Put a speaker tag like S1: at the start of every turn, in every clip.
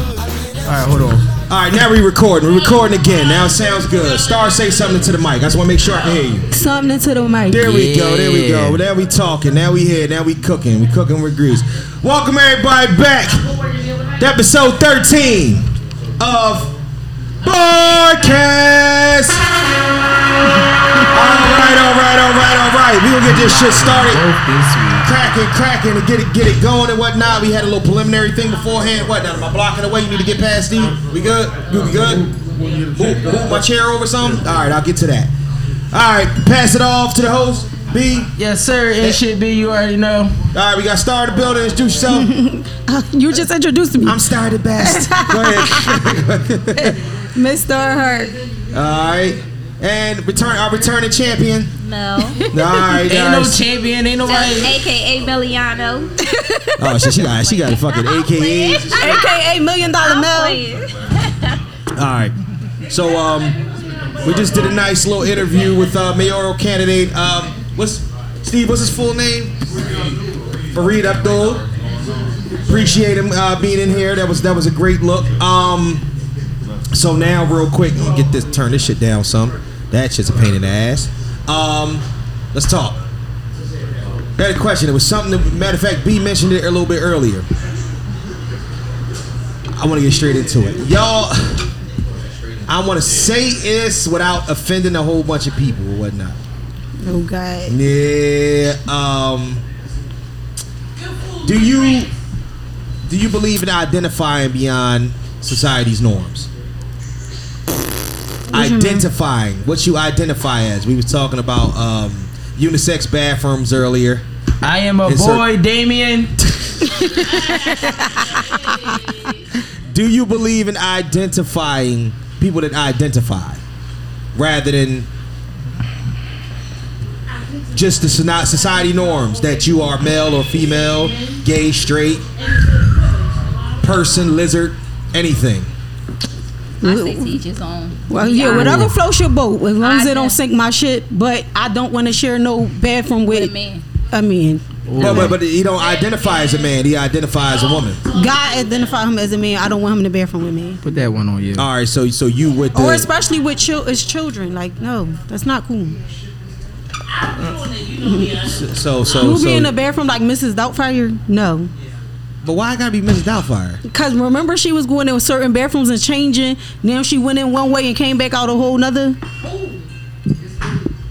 S1: All right, hold on. All right, now we recording. We're recording again. Now it sounds good. Star, say something to the mic. I just want to make sure I can hear you.
S2: Something to the mic.
S1: There we go. There we
S3: Yeah.
S1: go. Now we talking. Now we here. Now we cooking. We cooking with grease. Welcome everybody back. To episode 13 of Barcast. All right, all right, all right, all right. We gonna get this shit started. Cracking, cracking, and get it, get it going and whatnot. We had a little preliminary thing beforehand. What? Now, am I blocking the way? You need to get past these. We good? You we good? Move, move my chair over some. All right, I'll get to that. All right, pass it off to the host. B.
S3: Yes, sir. It should be. You already know.
S1: All right, we got started building. Introduce yourself.
S2: Uh, you just introduced me.
S1: I'm started best. Go ahead.
S2: Mr. Hurt.
S1: All right, and return our returning champion.
S4: No.
S1: All right,
S3: Ain't no
S1: guys.
S3: champion. Ain't nobody.
S4: AKA Belliano.
S1: Oh, so she got she got a E. fucking AKA.
S2: AKA Million Dollar Mel.
S1: All right. So um, we just did a nice little interview with uh, mayoral candidate. Um, what's Steve? What's his full name? Fareed Abdul. Appreciate him uh, being in here. That was that was a great look. Um, so now real quick, I'm gonna get this turn this shit down some. That shit's a pain in the ass. Um, let's talk. Got a question. It was something. That, matter of fact, B mentioned it a little bit earlier. I want to get straight into it, y'all. I want to say this without offending a whole bunch of people or whatnot.
S2: Oh, God.
S1: Yeah. Um. Do you do you believe in identifying beyond society's norms? Identifying what you identify as. We was talking about um, unisex bathrooms earlier.
S3: I am a
S1: Insert-
S3: boy, Damien.
S1: Do you believe in identifying people that identify rather than just the sono- society norms that you are male or female, gay, straight, person, lizard, anything?
S4: I say teachers on.
S2: Well, yeah, whatever floats your boat, as long as
S4: I
S2: it don't
S4: def-
S2: sink my shit. But I don't want to share no bathroom with
S4: With a man.
S2: a man.
S1: But, but, but he don't identify as a man, he identifies as a woman.
S2: God identified him as a man. I don't want him in the bathroom with me.
S3: Put that one on you.
S1: All right, so so you with the
S2: Or especially with chil- his children. Like, no, that's not cool.
S1: so so Oh, so,
S2: You'll be in the bathroom like Mrs. Doubtfire? No.
S1: but why I gotta be Mrs. Doubtfire?
S2: Cause remember she was going in certain bathrooms and changing. Now she went in one way and came back out a whole nother.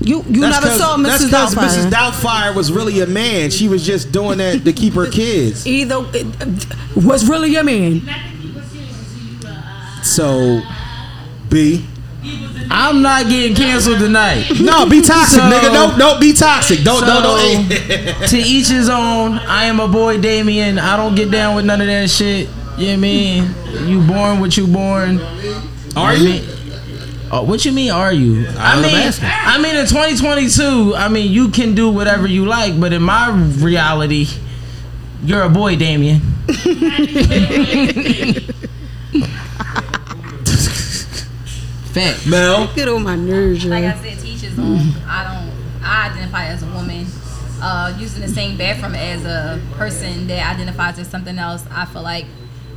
S2: You you never
S1: 'cause-
S2: saw
S1: that's
S2: Mrs.
S1: 'cause
S2: Doubtfire.
S1: Mrs. Doubtfire was really a man. She was just doing that to keep her kids.
S2: Either it, was really your man.
S1: So, B.
S3: I'm not getting canceled tonight.
S1: No, be toxic,
S3: So-
S1: nigga. Don't don't be toxic. Don't
S3: So,
S1: don't don't.
S3: to each his own. I am a boy, Damien. I don't get down with none of that shit. You know what I mean? You born what you born.
S1: Are
S3: I
S1: you?
S3: mean- Oh, what you mean? Are you?
S1: I'm
S3: I mean,
S1: asking.
S3: I mean, in 2022, I mean, you can do whatever you like, but in my reality, you're a boy, Damien. Fact.
S1: Mel.
S2: Get on my nerves, yo.
S4: Like I said, teachers on. I don't. I identify as a woman. Uh, using the same bathroom as a person that identifies as something else, I feel like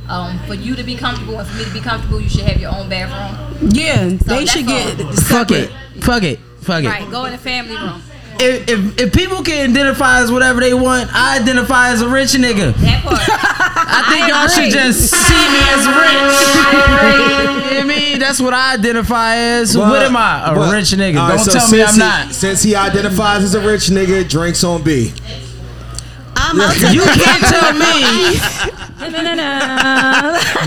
S4: um, for you to be comfortable and for me to be comfortable, you should have your own bathroom.
S2: yeah, they
S4: that's
S2: should get
S4: all.
S3: Fuck
S2: separate.
S3: it. Fuck it. Fuck it.
S4: Right, go in the family room.
S3: If, if, if people can identify as whatever they want, I identify as a rich nigga.
S4: That part.
S3: I think y'all should just see me as rich. you know what I mean? That's what I identify as. what am I? A
S1: But-
S3: rich nigga.
S1: All right,
S3: Don't
S1: so
S3: tell me
S1: since
S3: I'm
S1: he-
S3: not.
S1: Since he identifies as a rich nigga, drinks on B.
S2: I'm out to
S3: You can't tell me.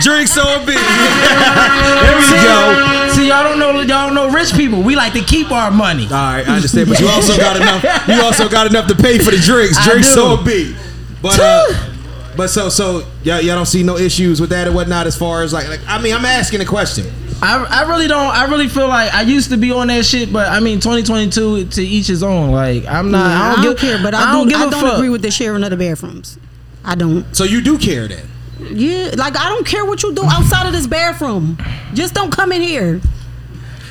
S1: Drinks on B. there we go.
S3: See, y'all don't know. Y'all don't know rich people. We like to keep our money.
S1: All right, I understand, but you also got enough. You also got enough to pay for the drinks.
S3: I
S1: Drinks
S3: do.
S1: on B. But uh, but so so y'all, y'all don't see no issues with that and whatnot as far as like like I mean I'm asking a question.
S3: I, I really don't. I really feel like I used to be on that shit, but I mean, 2022 to each his own. Like I'm not. I
S2: I
S3: don't,
S2: don't,
S3: give,
S2: care, but I,
S3: I
S2: do,
S3: don't give
S2: I
S3: a
S2: don't
S3: fuck.
S2: agree with the sharing of the bathrooms. I don't.
S1: So you do care then?
S2: Yeah, like I don't care what you do outside of this bathroom. Just don't come in here.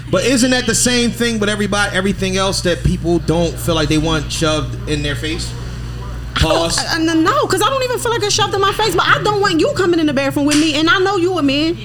S1: But isn't that the same thing with everybody, everything else that people don't feel like they want shoved in their face? Pause.
S2: Uh, no, because I don't even feel like it's shoved in my face. But I don't want you coming in the bathroom with me, and I know you a man.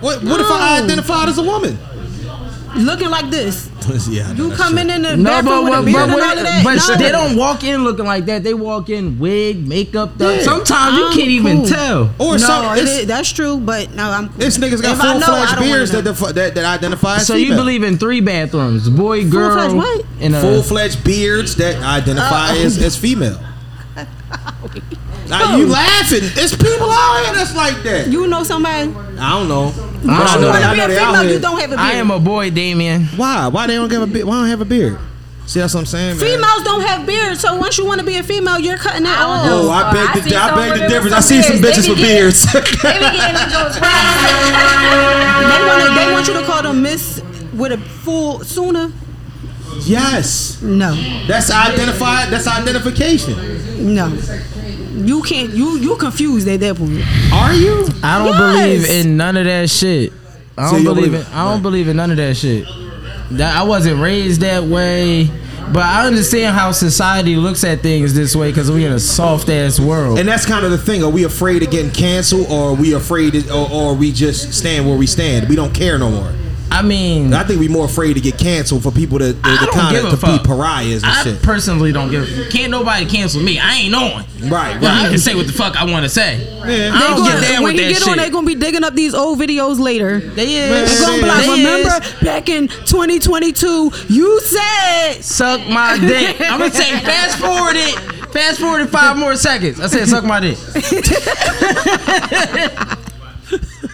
S1: What, what if I
S2: No.
S1: identified as a woman?
S2: looking like this.
S1: yeah, I know
S2: You
S1: that's
S2: come
S1: true.
S2: in in the
S3: No,
S2: bathroom
S3: but
S2: with a
S3: what,
S2: beard
S3: but,
S2: and all of that.
S3: what, but
S2: no.
S3: they don't walk in looking like that. They walk in wig, makeup. done.
S1: Yeah.
S3: Sometimes you
S2: I'm
S3: can't even
S2: cool.
S3: tell.
S1: Or
S2: no,
S1: some,
S2: it
S1: it's,
S2: is- that's true, but no, I'm.
S1: it's niggas got
S2: If I
S1: full
S2: know, I
S1: fledged
S2: don't wanna
S1: beards that,
S2: know.
S1: defi- that that identify as
S3: So you
S1: female.
S3: believe in three bathrooms, boy, girl,
S2: Full-fledged what?
S3: and a
S1: full fledged beards that identify
S2: Oh.
S1: as, as female. Now, you laughing? It's people out here that's like that.
S2: Oh. You know somebody?
S1: I don't know. But
S3: I
S1: I
S3: don't
S1: know
S3: know.
S1: they-
S2: Wanna
S1: I
S2: be
S1: know
S2: a
S1: they out
S2: female? You
S1: here.
S2: don't have a beard.
S3: I am a boy, Damien.
S1: Why? Why they don't have a beard? Why don't have a beard? See, that's what I'm saying, man.
S2: Females don't have beards, so once you want to be a female, you're cutting that
S4: I
S2: off.
S4: don't
S1: Oh,
S4: know.
S1: I
S4: Uh,
S1: beg
S4: I
S1: the,
S4: seen
S1: I
S4: some
S1: beg the
S4: women
S1: difference.
S4: with
S1: I see some
S4: some
S1: bitches
S4: beards. They
S1: with
S4: be getting-
S1: beards.
S4: They be getting them joints right.
S2: They want, they want you to call them Miss with a full sooner.
S1: yes,
S2: No,
S1: that's identified. That's identification.
S2: no, you can't. You you confused at that point.
S1: Are you?
S3: I don't
S2: Yes.
S3: believe in none of that shit. I
S1: So
S3: don't
S1: you don't
S3: believe in.
S1: believe it?
S3: I don't believe in none of that shit. That I wasn't raised that way, but I understand how society looks at things this way because we in a soft ass world.
S1: And that's kind of the thing. Are we afraid of getting canceled, or are we afraid, or, or we just stand where we stand? We don't care no more.
S3: I mean,
S1: I think we more afraid to get canceled for people to, to,
S3: I
S1: to
S3: don't
S1: kind
S3: give
S1: of to
S3: a fuck.
S1: be pariahs and
S3: I
S1: shit.
S3: personally don't give. Can't nobody cancel me. I ain't on.
S1: Right,
S3: I can
S1: right.
S3: say what the fuck I want to say.
S1: Yeah.
S3: I don't
S2: They
S3: get
S2: gonna-
S3: down
S2: when
S3: with
S2: you
S3: that
S2: get on,
S3: shit.
S2: they're gonna be digging up these old videos later.
S3: They
S1: They
S3: is.
S1: gonna be like,
S3: They
S2: remember
S3: is.
S2: back in 2022, you said
S3: Suck my dick. I'm gonna say fast forward it. Fast forward it five more seconds. I said suck my dick.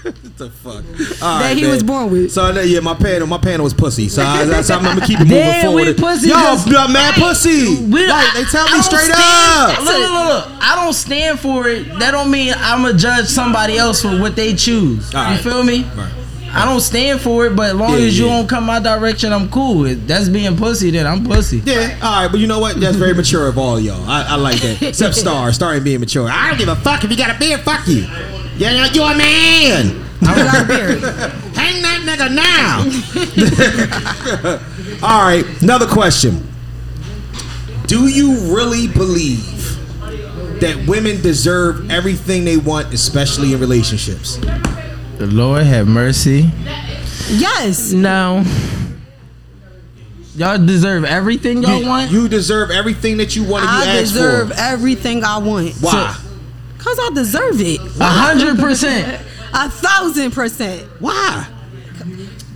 S1: What the fuck? All
S2: That he
S1: man.
S2: was born with.
S1: So I know- yeah, my panel, my panel was pussy. So I, that's how I'm gonna keep it moving
S3: Damn,
S1: forward.
S3: we pussy
S1: Y'all
S3: just-
S1: y'all mad pussy.
S3: We-
S1: like they tell
S3: I
S1: me
S3: don't
S1: straight
S3: stand-
S1: up.
S3: Look, look, look, look. I don't stand for it. That don't mean I'm gonna judge somebody else for what they choose.
S1: All
S3: You
S1: right.
S3: feel me?
S1: Right.
S3: I don't stand for it, but as long
S1: Yeah,
S3: as you
S1: yeah.
S3: don't come my direction, I'm cool. If that's being pussy, then I'm pussy.
S1: Yeah, all right, but you know what? That's very mature of all y'all. I, I like that. Except Star. Star ain't being mature. I don't give a fuck if you got a beard. Fuck you. Yeah, you're a man.
S2: without a beard.
S1: Hang that nigga now. All right, another question. Do you really believe that women deserve everything they want, especially in relationships?
S3: The Lord have mercy.
S2: Yes,
S3: No. Y'all deserve everything y'all want.
S1: You deserve everything that you want and you
S2: I
S1: ask
S2: deserve
S1: for.
S2: everything I want.
S1: Why?
S2: Cause I deserve it.
S3: A hundred percent.
S2: A thousand percent.
S1: Why?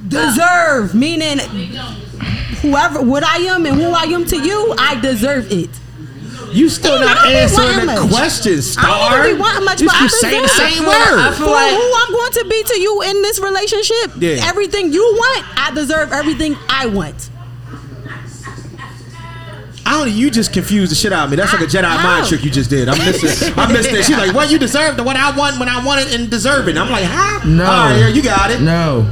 S2: Deserve meaning whoever what I am and who I am to you, I deserve it.
S1: You still
S2: Dude, I
S1: not
S2: don't be
S1: answering
S2: wanting
S1: the
S2: much.
S1: question, Star.
S2: I don't even be wanting much,
S1: You
S2: but I
S1: keep saying the
S2: deserve
S1: same
S2: it.
S1: word.
S3: I
S2: For
S3: feel like-
S2: who I'm going to be to you in this relationship,
S1: Yeah.
S2: everything you want, I deserve everything I want.
S1: I don't. You just confused the shit out of me. That's like a Jedi
S2: How?
S1: mind trick you just did. I missed it. I missed it. She's like, "Well, you deserved what I want when I wanted and deserve it." I'm like, "Huh?
S3: No.
S1: All right, here, you got it."
S3: No.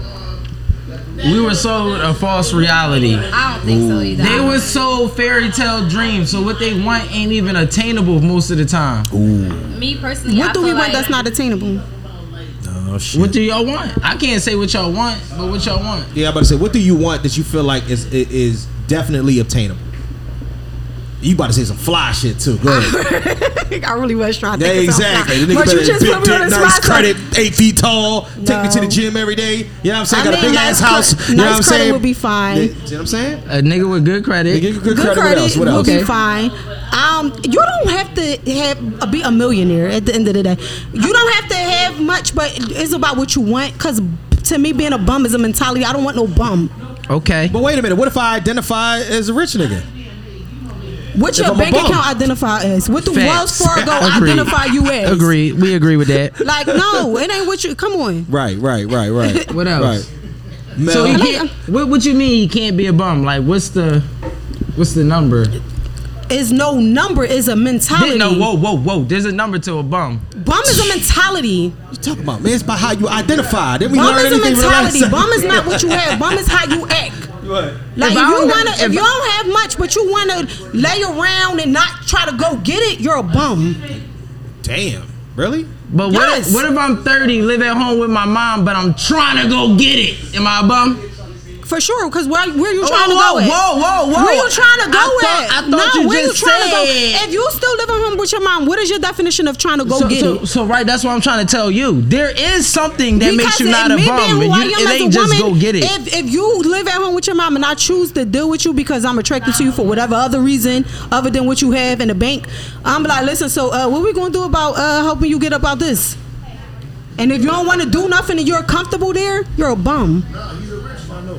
S3: We were sold a false reality.
S4: I don't think so either.
S3: They were sold fairy tale dreams, so what they want ain't even attainable most of the time.
S4: me personally. I
S2: What do we
S4: feel
S2: want
S4: like-
S2: that's not attainable?
S1: Oh shit.
S3: What do y'all want? I can't say what y'all want, but what y'all want.
S1: yeah, I'm about to say, what do you want that you feel like is i- is definitely obtainable? You about to say some fly shit too. Go ahead.
S2: I really was trying to
S1: Yeah,
S2: think of something.
S1: exactly. The nigga
S2: But
S1: better
S2: you just
S1: big
S2: put me
S1: dick,
S2: on the
S1: nice
S2: spot.
S1: credit, eight feet tall, take me to the
S2: No.
S1: gym every day. You know what I'm saying?
S2: I
S1: Got a
S2: mean,
S1: big
S2: nice
S1: ass house.
S2: cre-
S1: you know
S2: nice
S1: what I'm
S2: credit
S1: saying?
S2: would be fine.
S1: Yeah, see what I'm saying?
S3: A nigga with good credit.
S1: Nigga, good,
S2: Good
S1: credit. What else?
S2: credit
S1: What
S2: will
S1: else?
S2: be
S3: Okay.
S2: fine. Um, you don't have to have uh, be a millionaire at the end of the day. You don't have to have much, but it's about what you want. Cause to me, being a bum is a mentality. I don't want no bum.
S3: Okay.
S1: But wait a minute. What if I identify as a rich nigga?
S2: What
S1: If I'm
S2: your
S1: a
S2: bank
S1: bum.
S2: account identify as? What do
S3: Facts.
S2: Wells Fargo
S3: Agreed.
S2: identify you as?
S3: Agree. We agree with that.
S2: Like no, it ain't what you. Come on.
S1: Right, right, right, right.
S3: What else?
S1: Right. Mel,
S3: So he
S2: like
S3: can't, what what you mean he can't be a bum? Like what's the what's the number?
S2: It's no number. It's a mentality.
S3: No, whoa, whoa, whoa. There's a number to a bum.
S2: Bum is a mentality.
S1: you talking about man? It's about how you identify. Did we
S2: Bum
S1: learn
S2: is a
S1: anything
S2: mentality.
S1: from the
S2: Bum is not what you have. Bum is how you act. Like
S3: If
S2: if,
S3: I
S2: you
S3: don't-
S2: wanna, if,
S3: if-
S2: you don't have much, but you wanna lay around and not try to go get it, you're a bum.
S1: Damn, really?
S3: But what,
S2: Yes.
S3: what if I'm 30, live at home with my mom, but I'm trying to go get it? Am I a bum?
S2: for sure. Because where, where you
S3: Oh,
S2: trying to
S3: whoa,
S2: go at?
S3: whoa, whoa, whoa.
S2: Where you trying to go
S3: I thought-
S2: at?
S3: I thought
S2: no,
S3: you
S2: where
S3: just
S2: you trying to go?
S3: said-
S2: If you still living home with your mom, what is your definition of trying to go
S3: so,
S2: get
S3: so,
S2: it?
S3: so right, that's what I'm trying to tell you. There is something that makes you
S2: it-
S3: not a
S2: me being
S3: bum.
S2: who
S3: and
S2: I am
S3: you- it
S2: as a
S3: ain't just
S2: woman,
S3: go get it.
S2: If, if you live at home with your mom and I choose to deal with you because I'm attracted to you for whatever other reason other than what you have in the bank, I'm like, listen. So uh, what we gonna do about uh, helping you get up out this? And if you don't want to do nothing and you're comfortable there, you're a bum.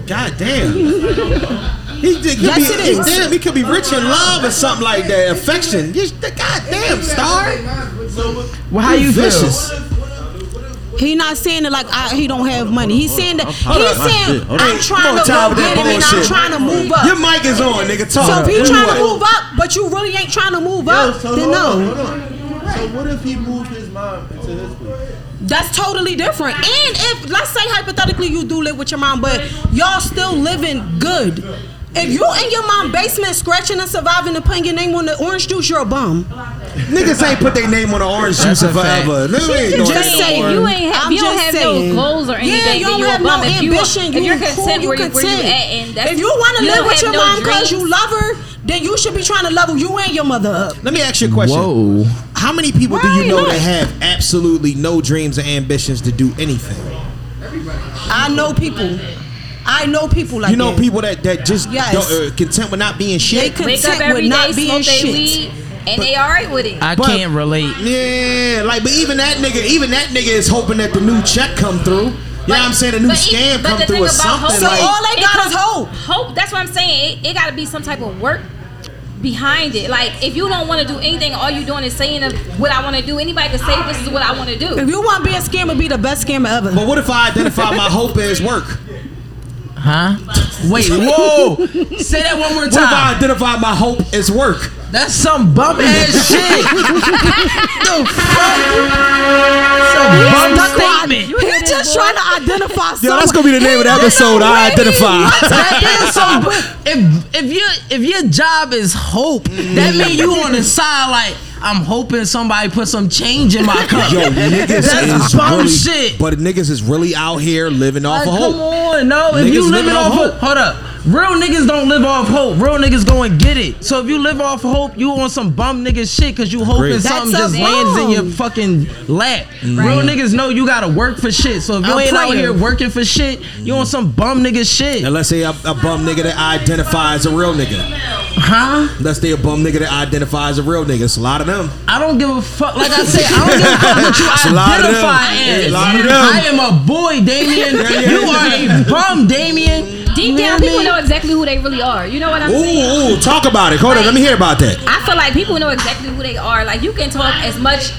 S1: God damn. He, did- could
S2: Yes,
S1: be,
S2: it
S1: he-
S2: is.
S1: damn, he could be rich in love or something like that. Affection. Just, God damn, star.
S3: well, how you feel?
S1: vicious.
S2: He not saying that like I, he don't have money. He's saying that he's
S5: Hold up, hold up,
S2: saying
S5: hold up.
S2: I'm
S1: Come
S2: trying
S1: on,
S2: to
S1: Tom,
S2: go
S1: with that
S2: get him and I'm
S1: bullshit.
S2: trying to move up.
S1: Your mic is on, nigga.
S2: So
S1: Talk.
S2: if you
S1: Do
S2: trying to
S1: it.
S2: move up, but you really ain't trying to move
S5: Uh, Yo,
S2: up,
S5: so
S2: then
S5: hold on,
S2: no.
S5: hold on. So what if he moved his mom into his place?
S2: That's totally different. And if let's say hypothetically you do live with your mom, but y'all still living good. If you in your mom basement scratching and surviving and putting your name on the orange juice, you're a bum.
S1: Niggas ain't put their name on the orange juice
S3: That's a fact.
S1: forever. Niggas ain't doing
S2: Just
S1: that no
S2: saying,
S1: more.
S4: you ain't have,
S2: I'm
S4: you don't
S2: just
S4: have
S2: saying.
S4: no goals or
S2: Yeah,
S4: anything.
S2: you
S4: then
S2: don't
S4: you're a
S2: have no
S4: bum. if you,
S2: ambition,
S4: If
S2: you
S4: you're
S2: cool,
S4: content
S2: you
S4: where, you, where you
S2: content.
S4: at, and that's,
S2: if you want to
S4: you
S2: live
S4: don't
S2: with
S4: have
S2: your
S4: no
S2: mom because you
S4: dreams.
S2: love her, then you should be trying to level. You and your mother up.
S1: Let me ask you a question.
S3: Whoa.
S1: How many people do you
S2: Right,
S1: know
S2: look.
S1: that have absolutely no dreams or ambitions to do anything?
S2: I know people. I know people like
S1: You know
S2: that.
S1: people that that just
S2: Yes.
S1: don't, uh, content with not being
S2: They
S1: shit.
S4: wake up
S2: content with
S4: every day,
S2: not being
S4: smoke their
S2: shit.
S4: weed, and they all right with it.
S3: I
S1: But-
S3: can't relate.
S1: Yeah, like but even that nigga, even that nigga is hoping that the new check come through. You know what I'm saying? The new
S4: But e-
S1: scam
S4: but
S1: come
S4: the
S1: through
S4: thing
S1: or
S4: about
S1: something.
S4: hope-
S2: So
S1: like,
S2: all they
S4: it
S2: got
S4: comes-
S2: is hope.
S4: Hope. That's what I'm saying. It, it got to be some type of work behind it. Like if you don't want to do anything, all you doing is saying of what I want to do. Anybody can say this is what I want to do.
S2: If you want to be a scammer, be the best scammer ever.
S1: but what if I identify my hope as work? What
S3: Huh? Wait, whoa! Say that one more
S1: if I
S3: time.
S1: identify my hope as work?
S3: That's some bum ass shit. the fuck? Some
S2: That's why
S3: bum
S2: I-
S3: statement.
S2: He's just trying to identify someone.
S1: that's gonna be the name of the episode, I Identify.
S3: That is some. If if your if your job is hope, that means you on the side like I'm hoping somebody put some change in my cup.
S1: Yo, niggas
S3: That's
S1: is
S3: bum
S1: really,
S3: shit.
S1: But niggas is really out here living off of
S3: Like, come
S1: hope.
S3: on, no.
S1: Niggas
S3: if you
S1: living
S3: living
S1: off
S3: off,
S1: hope.
S3: hope, hold up. Real niggas don't live off hope. Real niggas go and get it. So if you live off hope, you on some bum nigga shit because you hoping
S1: That's
S3: something
S2: a
S3: just lands in
S2: bum.
S3: your fucking lap.
S1: Mm-hmm.
S3: Real niggas know you gotta work for shit. So if you
S2: I'm
S3: ain't out
S2: praying.
S3: here working for shit, you on some bum nigga
S1: And
S3: shit,
S1: let's say a, a bum nigga that identifies a real nigga.
S3: huh?
S1: Let's say a bum nigga that identifies a real nigga. It's a lot of them.
S3: I don't give a fuck. Like I said, I don't give a fuck what you
S1: It's a lot of them.
S3: identify
S1: It's a
S3: as.
S1: lot of them.
S3: I am a boy, Damien. You are a bum, Damien.
S4: Deep down, people know exactly who they really are. You know what I'm saying?
S1: Ooh, ooh, talk about it. Hold on, let me hear about that.
S4: I feel like people know exactly who they are. Like you can talk as much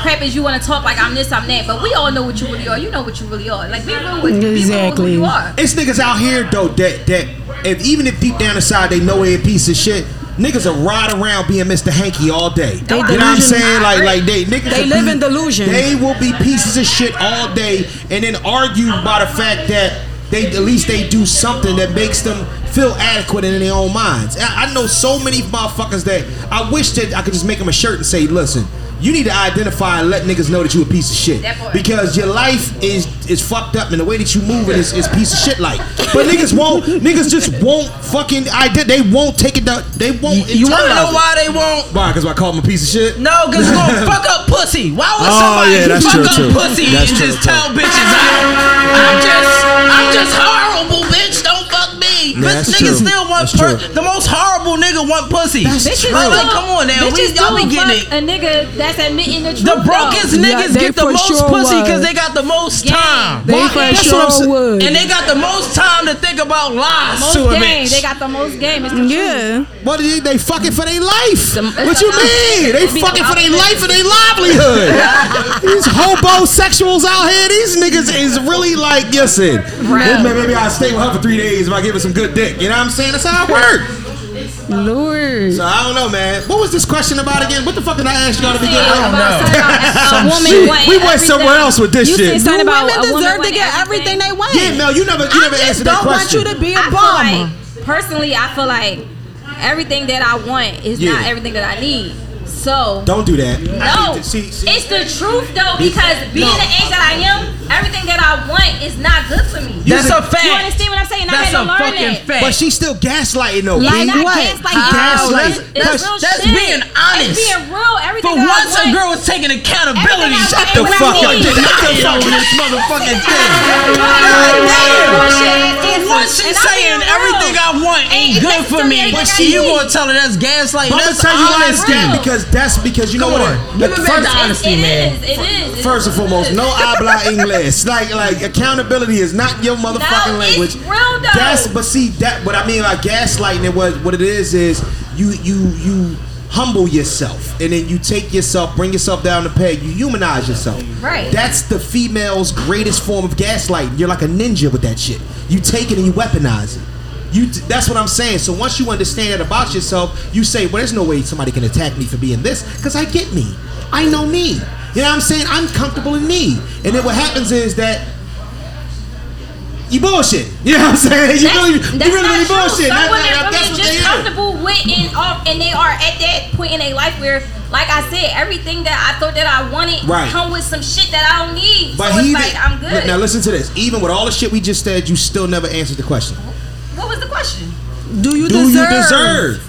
S4: crap as you want to talk. Like I'm this, I'm that. But we all know what you really are. You know what you really are. Like be real with
S2: Exactly.
S4: Be real with who you are.
S1: It's niggas out here though that that if even if deep down inside they know they a piece of shit, niggas will ride around being Mr. Hanky all day. you know what I'm
S2: delusional.
S1: saying? Like like they niggas
S2: They
S1: will
S2: live
S1: be-
S2: in delusion.
S1: They will be pieces of shit all day and then argue by the fact that they at least they do something that makes them feel adequate in their own minds. I, I know so many motherfuckers that I wish that I could just make them a shirt and say, listen. You need to identify and let niggas know that you a piece of shit
S4: That part.
S1: because your life is is fucked up and the way that you move it is, is piece of shit like. But niggas won't, niggas just won't fucking ident- They won't take it down. They won't.
S3: You want to
S1: internalize
S3: know
S1: it.
S3: why they won't?
S1: Why? Because I called him a piece of shit.
S3: No, because you gonna fuck up pussy. Why would
S1: Oh,
S3: somebody
S1: yeah, that's
S3: fuck
S1: true,
S3: up
S1: too.
S3: pussy
S1: That's
S3: and
S1: true,
S3: just
S1: too.
S3: tell bitches I, I'm just, I'm just horrible, bitch. Don't fuck me.
S1: Yeah,
S3: bitch,
S1: that's
S3: niggas
S1: true.
S3: still want
S1: That's
S3: per-
S1: true.
S3: the most horrible nigga want pussy.
S4: Bitches
S3: Like,
S4: don't-
S3: come on now, we
S4: bitches
S3: y'all be
S4: don't
S3: getting
S4: fuck
S3: it.
S4: A nigga that's admitting the truth.
S3: The
S4: though.
S3: brokest
S2: Yeah,
S3: niggas
S2: they
S3: get the
S2: for
S3: most
S2: sure
S3: pussy
S2: would.
S3: because they got the most
S4: Yeah.
S3: time.
S2: They
S1: Why- that's
S2: for
S1: what I'm
S2: sure
S1: sa-
S2: would.
S3: And they got the most time to think about lies
S4: most
S3: to a
S4: game.
S3: bitch.
S4: They got the most game. It's the truth.
S2: yeah.
S1: What do you, they fucking for their life?
S4: Some-
S1: what you mean? They
S4: Be the
S1: fucking for their
S4: opposite.
S1: life and their livelihood. these homosexuals out here, these niggas is really like, listen, this man, maybe I'll stay with her for three days if I give her some good dick. You know what I'm saying? That's how it works.
S2: Lord.
S1: So I don't know, man. What was this question about again? What the fuck did I ask you all to begin
S4: Saying
S1: with?
S4: about
S3: know.
S4: something about a woman
S1: shit.
S4: wanting
S1: We went
S4: everything.
S1: somewhere else with this
S4: you
S1: shit.
S4: said something
S2: Do
S4: about
S2: women
S4: a woman
S2: deserve to
S4: wanting
S2: get everything they want?
S1: Yeah, Mel, you never, you
S2: I
S1: never
S2: just
S1: answered
S2: don't
S1: that question.
S2: want you to be a bum.
S4: I feel like personally, I feel like everything that I want is not
S1: Yeah.
S4: everything that I need. So
S1: don't do that. I
S4: no,
S1: need to- see, see.
S4: it's the truth though because being
S1: No.
S4: the age that I am, Everything that I want is not good for me.
S3: That's a fact.
S4: You understand what I'm saying? I
S3: That's a
S4: had to learn
S3: fucking
S4: that.
S3: fact.
S1: But she's still gaslighting though. B.
S2: Like
S4: Not
S2: What?
S4: gaslighting.
S2: How?
S1: Gaslighting.
S4: That's- That's,
S1: That's-
S4: real
S3: that's
S4: shit.
S3: being honest.
S4: It's being real. Everything
S3: For
S4: that I
S3: once, a
S4: want-
S3: girl is taking
S4: Everything
S3: accountability.
S4: I
S3: Shut
S4: want
S3: the
S4: is
S3: fuck up.
S4: what I need.
S3: Get the fuck on this motherfucking thing. For once, she's saying everything I want ain't
S4: And
S3: good
S4: that's
S3: for
S4: the
S3: me.
S4: thing
S3: But
S4: I
S3: she, you
S4: need.
S3: gonna tell her that's gaslighting?
S1: I'm gonna
S3: That's
S1: tell you why it's
S3: honesty.
S1: that because that's because you know
S3: Come
S1: what?
S3: on. Give it back
S1: first,
S3: to honesty,
S4: It
S3: man.
S4: is. It is. It
S1: first and
S4: is.
S1: foremost, no habla English. Like like accountability is not your motherfucking
S4: No, it's
S1: language.
S4: real, though.
S1: That's but see that what I mean by gaslighting it was what it is is you you you humble yourself and then you take yourself bring yourself down to peg you humanize yourself
S4: Right.
S1: that's the female's greatest form of gaslighting you're like a ninja with that shit you take it and you weaponize it you t- that's what i'm saying so once you understand that about yourself you say well there's no way somebody can attack me for being this because i get me i know me you know what i'm saying i'm comfortable in me and then what happens is that you bullshit. You know what I'm saying? You really, you really, really
S4: true.
S1: bullshit.
S4: Some
S1: That-
S4: women
S1: that-
S4: really
S1: that's what
S4: just
S1: they are.
S4: comfortable with and off, and they are at that point in their life where, like I said, everything that I thought that I wanted
S1: Right.
S4: come with some shit that I don't need.
S1: But
S4: so
S1: he
S4: it's like
S1: did-
S4: I'm good.
S1: Look, now listen to this. Even with all the shit we just said, you still never answered the question.
S4: what was the question?
S2: Do you
S1: Do
S2: deserve?
S1: you deserve?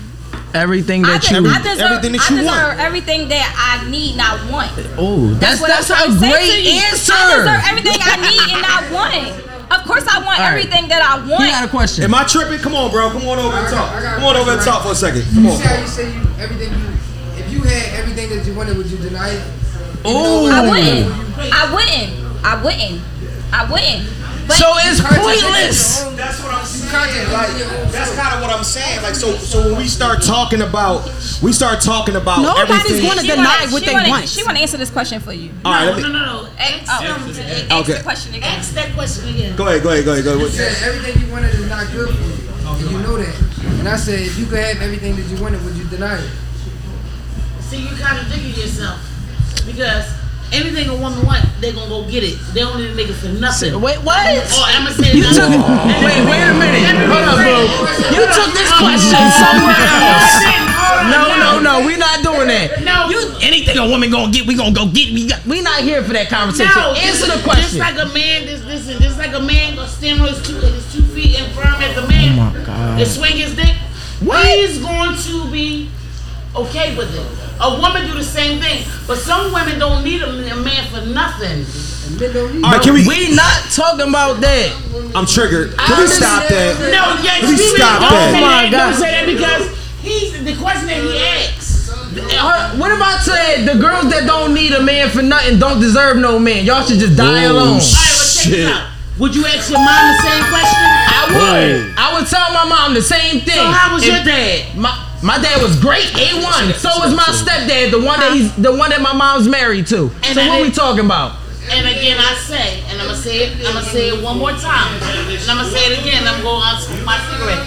S3: Everything
S4: I,
S3: that
S4: de-
S3: you.
S4: I deserve
S1: everything that you
S4: I
S1: want.
S4: deserve everything that I need, not want.
S3: Oh, that's
S4: what
S3: that's,
S4: I'm
S3: a
S4: trying to say to
S3: great
S4: you.
S3: answer.
S4: I deserve everything I need and I want. Of course, I want
S3: All right.
S4: everything that I want.
S3: He got a question.
S1: Am I tripping? Come on, bro. Come on over and talk.
S6: I got a
S1: Come on over and
S6: question,
S1: talk for a second. Come
S6: You
S1: on.
S6: see how you say you everything you if you had everything that you wanted, would you deny it?
S3: Ooh.
S4: I wouldn't. I wouldn't. I wouldn't. I wouldn't. But
S3: so it's
S6: Contradict your
S3: pointless.
S6: own-
S1: That's what I'm saying.
S6: Contradict
S1: Like,
S6: your own
S1: that's
S6: self.
S1: kind of what I'm saying. Like, so, so when we start talking about, we start talking about
S2: Nobody's
S1: everything.
S2: gonna
S4: she
S2: deny
S4: wanna-
S2: what
S4: she
S2: they
S4: wanna-
S2: want.
S4: She want to answer this question for you.
S1: All right, let me-
S7: No, no, no. Ask,
S4: Oh.
S7: them.
S4: Ask
S1: Okay.
S4: the question again.
S7: ask that question again.
S1: go ahead, go ahead, go ahead, go
S6: You
S1: ahead.
S6: said everything you wanted is not good for you. And you know that. And I said if you could have everything that you wanted, would you deny it?
S7: See, you contradicting yourself because everything a woman want, they gonna go get it. They don't need a nigga for nothing.
S3: Wait, what?
S7: Oh, I'ma say
S3: You
S7: that-
S3: took it. Wait, wait a minute. Hold up, bro. You took this question somewhere else. No, no, no. We not doing that.
S7: No.
S3: You anything a woman gonna get, we gonna go get. We got. We not here for that conversation.
S7: No,
S3: Answer the
S7: Just
S3: question.
S7: like a man, this listen, just like a man gonna stand on his two, his two feet and firm as a man.
S3: Oh my God.
S7: And swing his dick.
S3: What?
S7: He's going to be okay with it. A woman do the same thing, but some women don't need a a man for nothing.
S1: All right, can we?
S3: We not talking about that.
S1: I'm triggered. Can we stop that?
S7: No, yes,
S1: Please
S7: we
S1: stop that.
S7: really Don't
S3: Oh
S7: say
S3: my
S7: that. Don't
S3: God.
S7: say that because he's the question that he asks.
S3: Her- What if I said the girls that don't need a man for nothing don't deserve no man? Y'all should just die
S1: Oh,
S3: alone.
S7: All right, well, check
S1: Shit.
S7: this out. Would you ask your mom the same question?
S3: I would. I would tell my mom the same thing.
S7: So how was
S3: If-
S7: your dad?
S3: My my dad was great, A one. So was my stepdad, the one that he's the one that my mom's married to.
S7: And
S3: so
S7: I
S3: what we
S7: did-
S3: talking about?
S7: And again, I say, and I'm gonna say it, I'm gonna say it one more time, and I'm gonna say it again. I'm going out smoke my cigarette.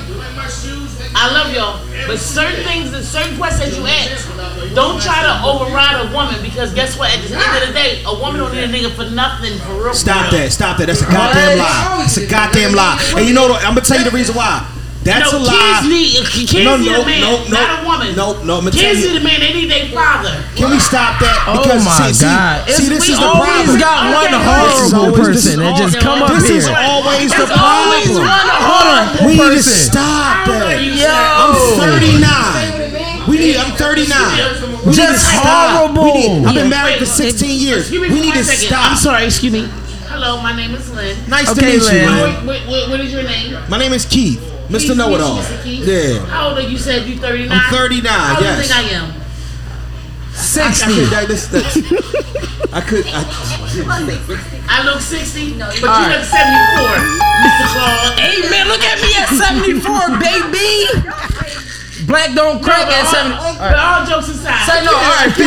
S7: I love y'all, but certain things, and certain questions that you ask, don't try to override a woman because guess what? At the end of the day, a woman don't need a nigga for nothing. For real. for
S1: Stop
S7: real.
S1: that. Stop that. That's a goddamn lie. It's a goddamn lie. And you know what? I'm gonna tell you the reason why. That's
S7: no,
S1: a lie.
S7: Kids need, kids
S1: No,
S7: need
S1: no,
S7: a man,
S1: no, no.
S7: not a woman.
S1: No, no, I'ma
S7: Kids
S1: tell you-
S7: need a man. They need their father.
S1: Can we stop that?
S3: Oh my God!
S1: See,
S3: It's-
S1: see, this
S3: we
S1: is the
S3: always
S1: problem.
S3: got one
S7: Okay,
S1: This is
S3: horrible
S1: always- this is
S3: person that just
S1: always-
S3: come up
S1: This
S3: here.
S1: is always the
S3: There's always
S1: problem.
S3: one horrible
S1: We need to
S3: person.
S1: stop
S7: You
S1: that.
S7: said-
S1: I'm
S3: Yo.
S1: 39. We need. I'm 39. We need to
S3: Just
S1: stop. We need-
S3: horrible.
S1: I've been married for 16 years.
S7: Excuse
S1: We
S7: me for
S1: need
S7: one
S1: to
S7: second. I'm
S1: stop.
S7: sorry, excuse me. Hello, my name is Lynn.
S1: Nice to
S3: Okay,
S1: meet you,
S3: Lynn.
S1: man.
S7: What, what, what- what is your name?
S1: My name is Keith, Mr. Know It All.
S7: Mr. Keith?
S1: Yeah.
S7: How old are you? You Said you 39.
S1: I'm 39,
S7: How
S1: yes.
S7: do you think I am?
S1: I could.
S3: Sixty.
S1: I, this, that's, I could. I,
S7: I look 60, but you
S3: Alright.
S7: look 74, Mr. Claude.
S3: Hey man, look at me at seventy-four, baby. Black don't crack
S7: But
S3: at
S7: all-
S3: seventy.
S7: But all jokes aside,
S3: Say no. All right,
S1: Yeah,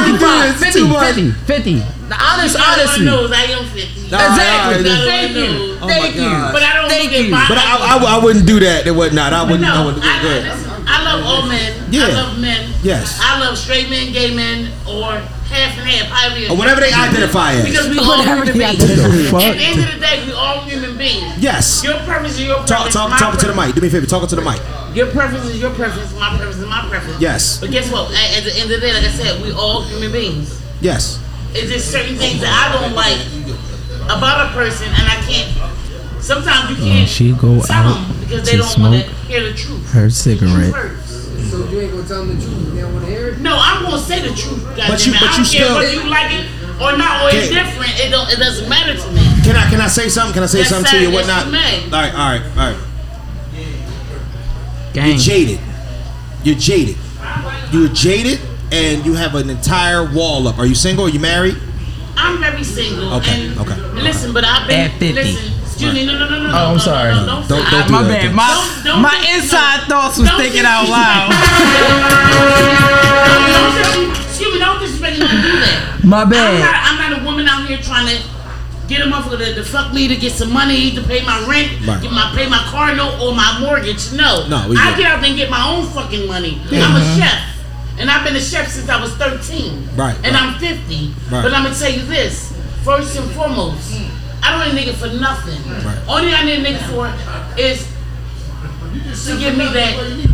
S3: 55,
S1: it's too
S3: 50,
S1: much.
S3: 50, 50. The honest, honestly.
S7: knows I am 50.
S1: Nah, All
S3: Exactly.
S1: right,
S3: Thank you.
S1: my
S7: Oh
S3: Thank
S1: God.
S3: you.
S7: But I don't
S3: Thank
S7: look at
S3: you.
S7: my-
S1: but I, I, I wouldn't do that and whatnot. I wouldn't. I
S7: No,
S1: wouldn't.
S7: I,
S1: Go ahead.
S7: listen, I love all men.
S1: Yeah.
S7: I love men.
S1: Yes.
S7: I love straight men, gay men, or half and half. however you-
S1: Or whatever they identify as.
S7: Because we all human beings. At the
S3: Fuck.
S7: end of the day, we all human beings.
S1: Yes.
S7: Your preference is your
S1: Talk,
S7: preference.
S1: talk,
S7: my
S1: talk to the
S7: preference.
S1: mic. Do me a favor. Talk to the mic.
S7: Your preference is your preference. My preference is my preference.
S1: Yes.
S7: But guess what? At, at the end of the day, like I said, we all human beings.
S1: Yes.
S7: It's just certain things that I don't like. about a person, and I can't. Sometimes you can't
S3: she go
S7: tell
S3: out
S7: them because they
S3: to
S7: don't want to
S3: smoke
S7: hear the truth.
S3: her
S7: Truth
S3: cigarette.
S7: hurts.
S6: So you ain't gonna tell them the truth. They don't wanna hear it.
S7: No, I'm gonna say the truth.
S1: But you-
S7: goddammit.
S1: but you
S7: I don't care
S1: still-
S7: whether you like it or not, or it's
S1: Okay.
S7: different. It don't. It doesn't matter to me.
S1: Can I can I say something? Can I say
S7: Yes,
S1: something
S7: sir.
S1: to you?
S7: Yes,
S1: Whatnot?
S7: you may.
S1: All right, all right, all right.
S3: Gang.
S1: You're jaded. You're jaded. You're jaded, and you have an entire wall up. Are you single? Are you married?
S7: I'm very single.
S1: Okay,
S7: And
S1: okay.
S7: Listen, but I've been.
S3: At 50.
S7: Listen, excuse me. No, no, no, no. no,
S3: I'm
S7: no,
S3: sorry.
S7: No, no,
S1: Don't-
S7: I-
S1: don't do
S3: My
S1: that.
S3: bad. My
S7: Don't- don't
S3: my
S7: think-
S3: inside thoughts was
S7: don't
S3: thinking
S7: think-
S3: out loud.
S7: Don't dis- Excuse me, don't disrespect me. Don't do that.
S3: My
S7: I'm not,
S3: bad.
S7: I'm not a woman out here trying to get a motherfucker to, to fuck me to get some money to pay my rent,
S1: Right.
S7: get my pay my car note or my mortgage. No,
S1: No, we
S7: I
S1: get-
S7: get out there and get my own fucking money. I'm a chef, and I've been a chef since I was 13.
S1: Right,
S7: and
S1: right.
S7: I'm 50.
S1: Right.
S7: But I'm gonna tell you this: first and foremost, I don't need a nigga for nothing.
S1: Right.
S7: Only I need a nigga for is to give me that.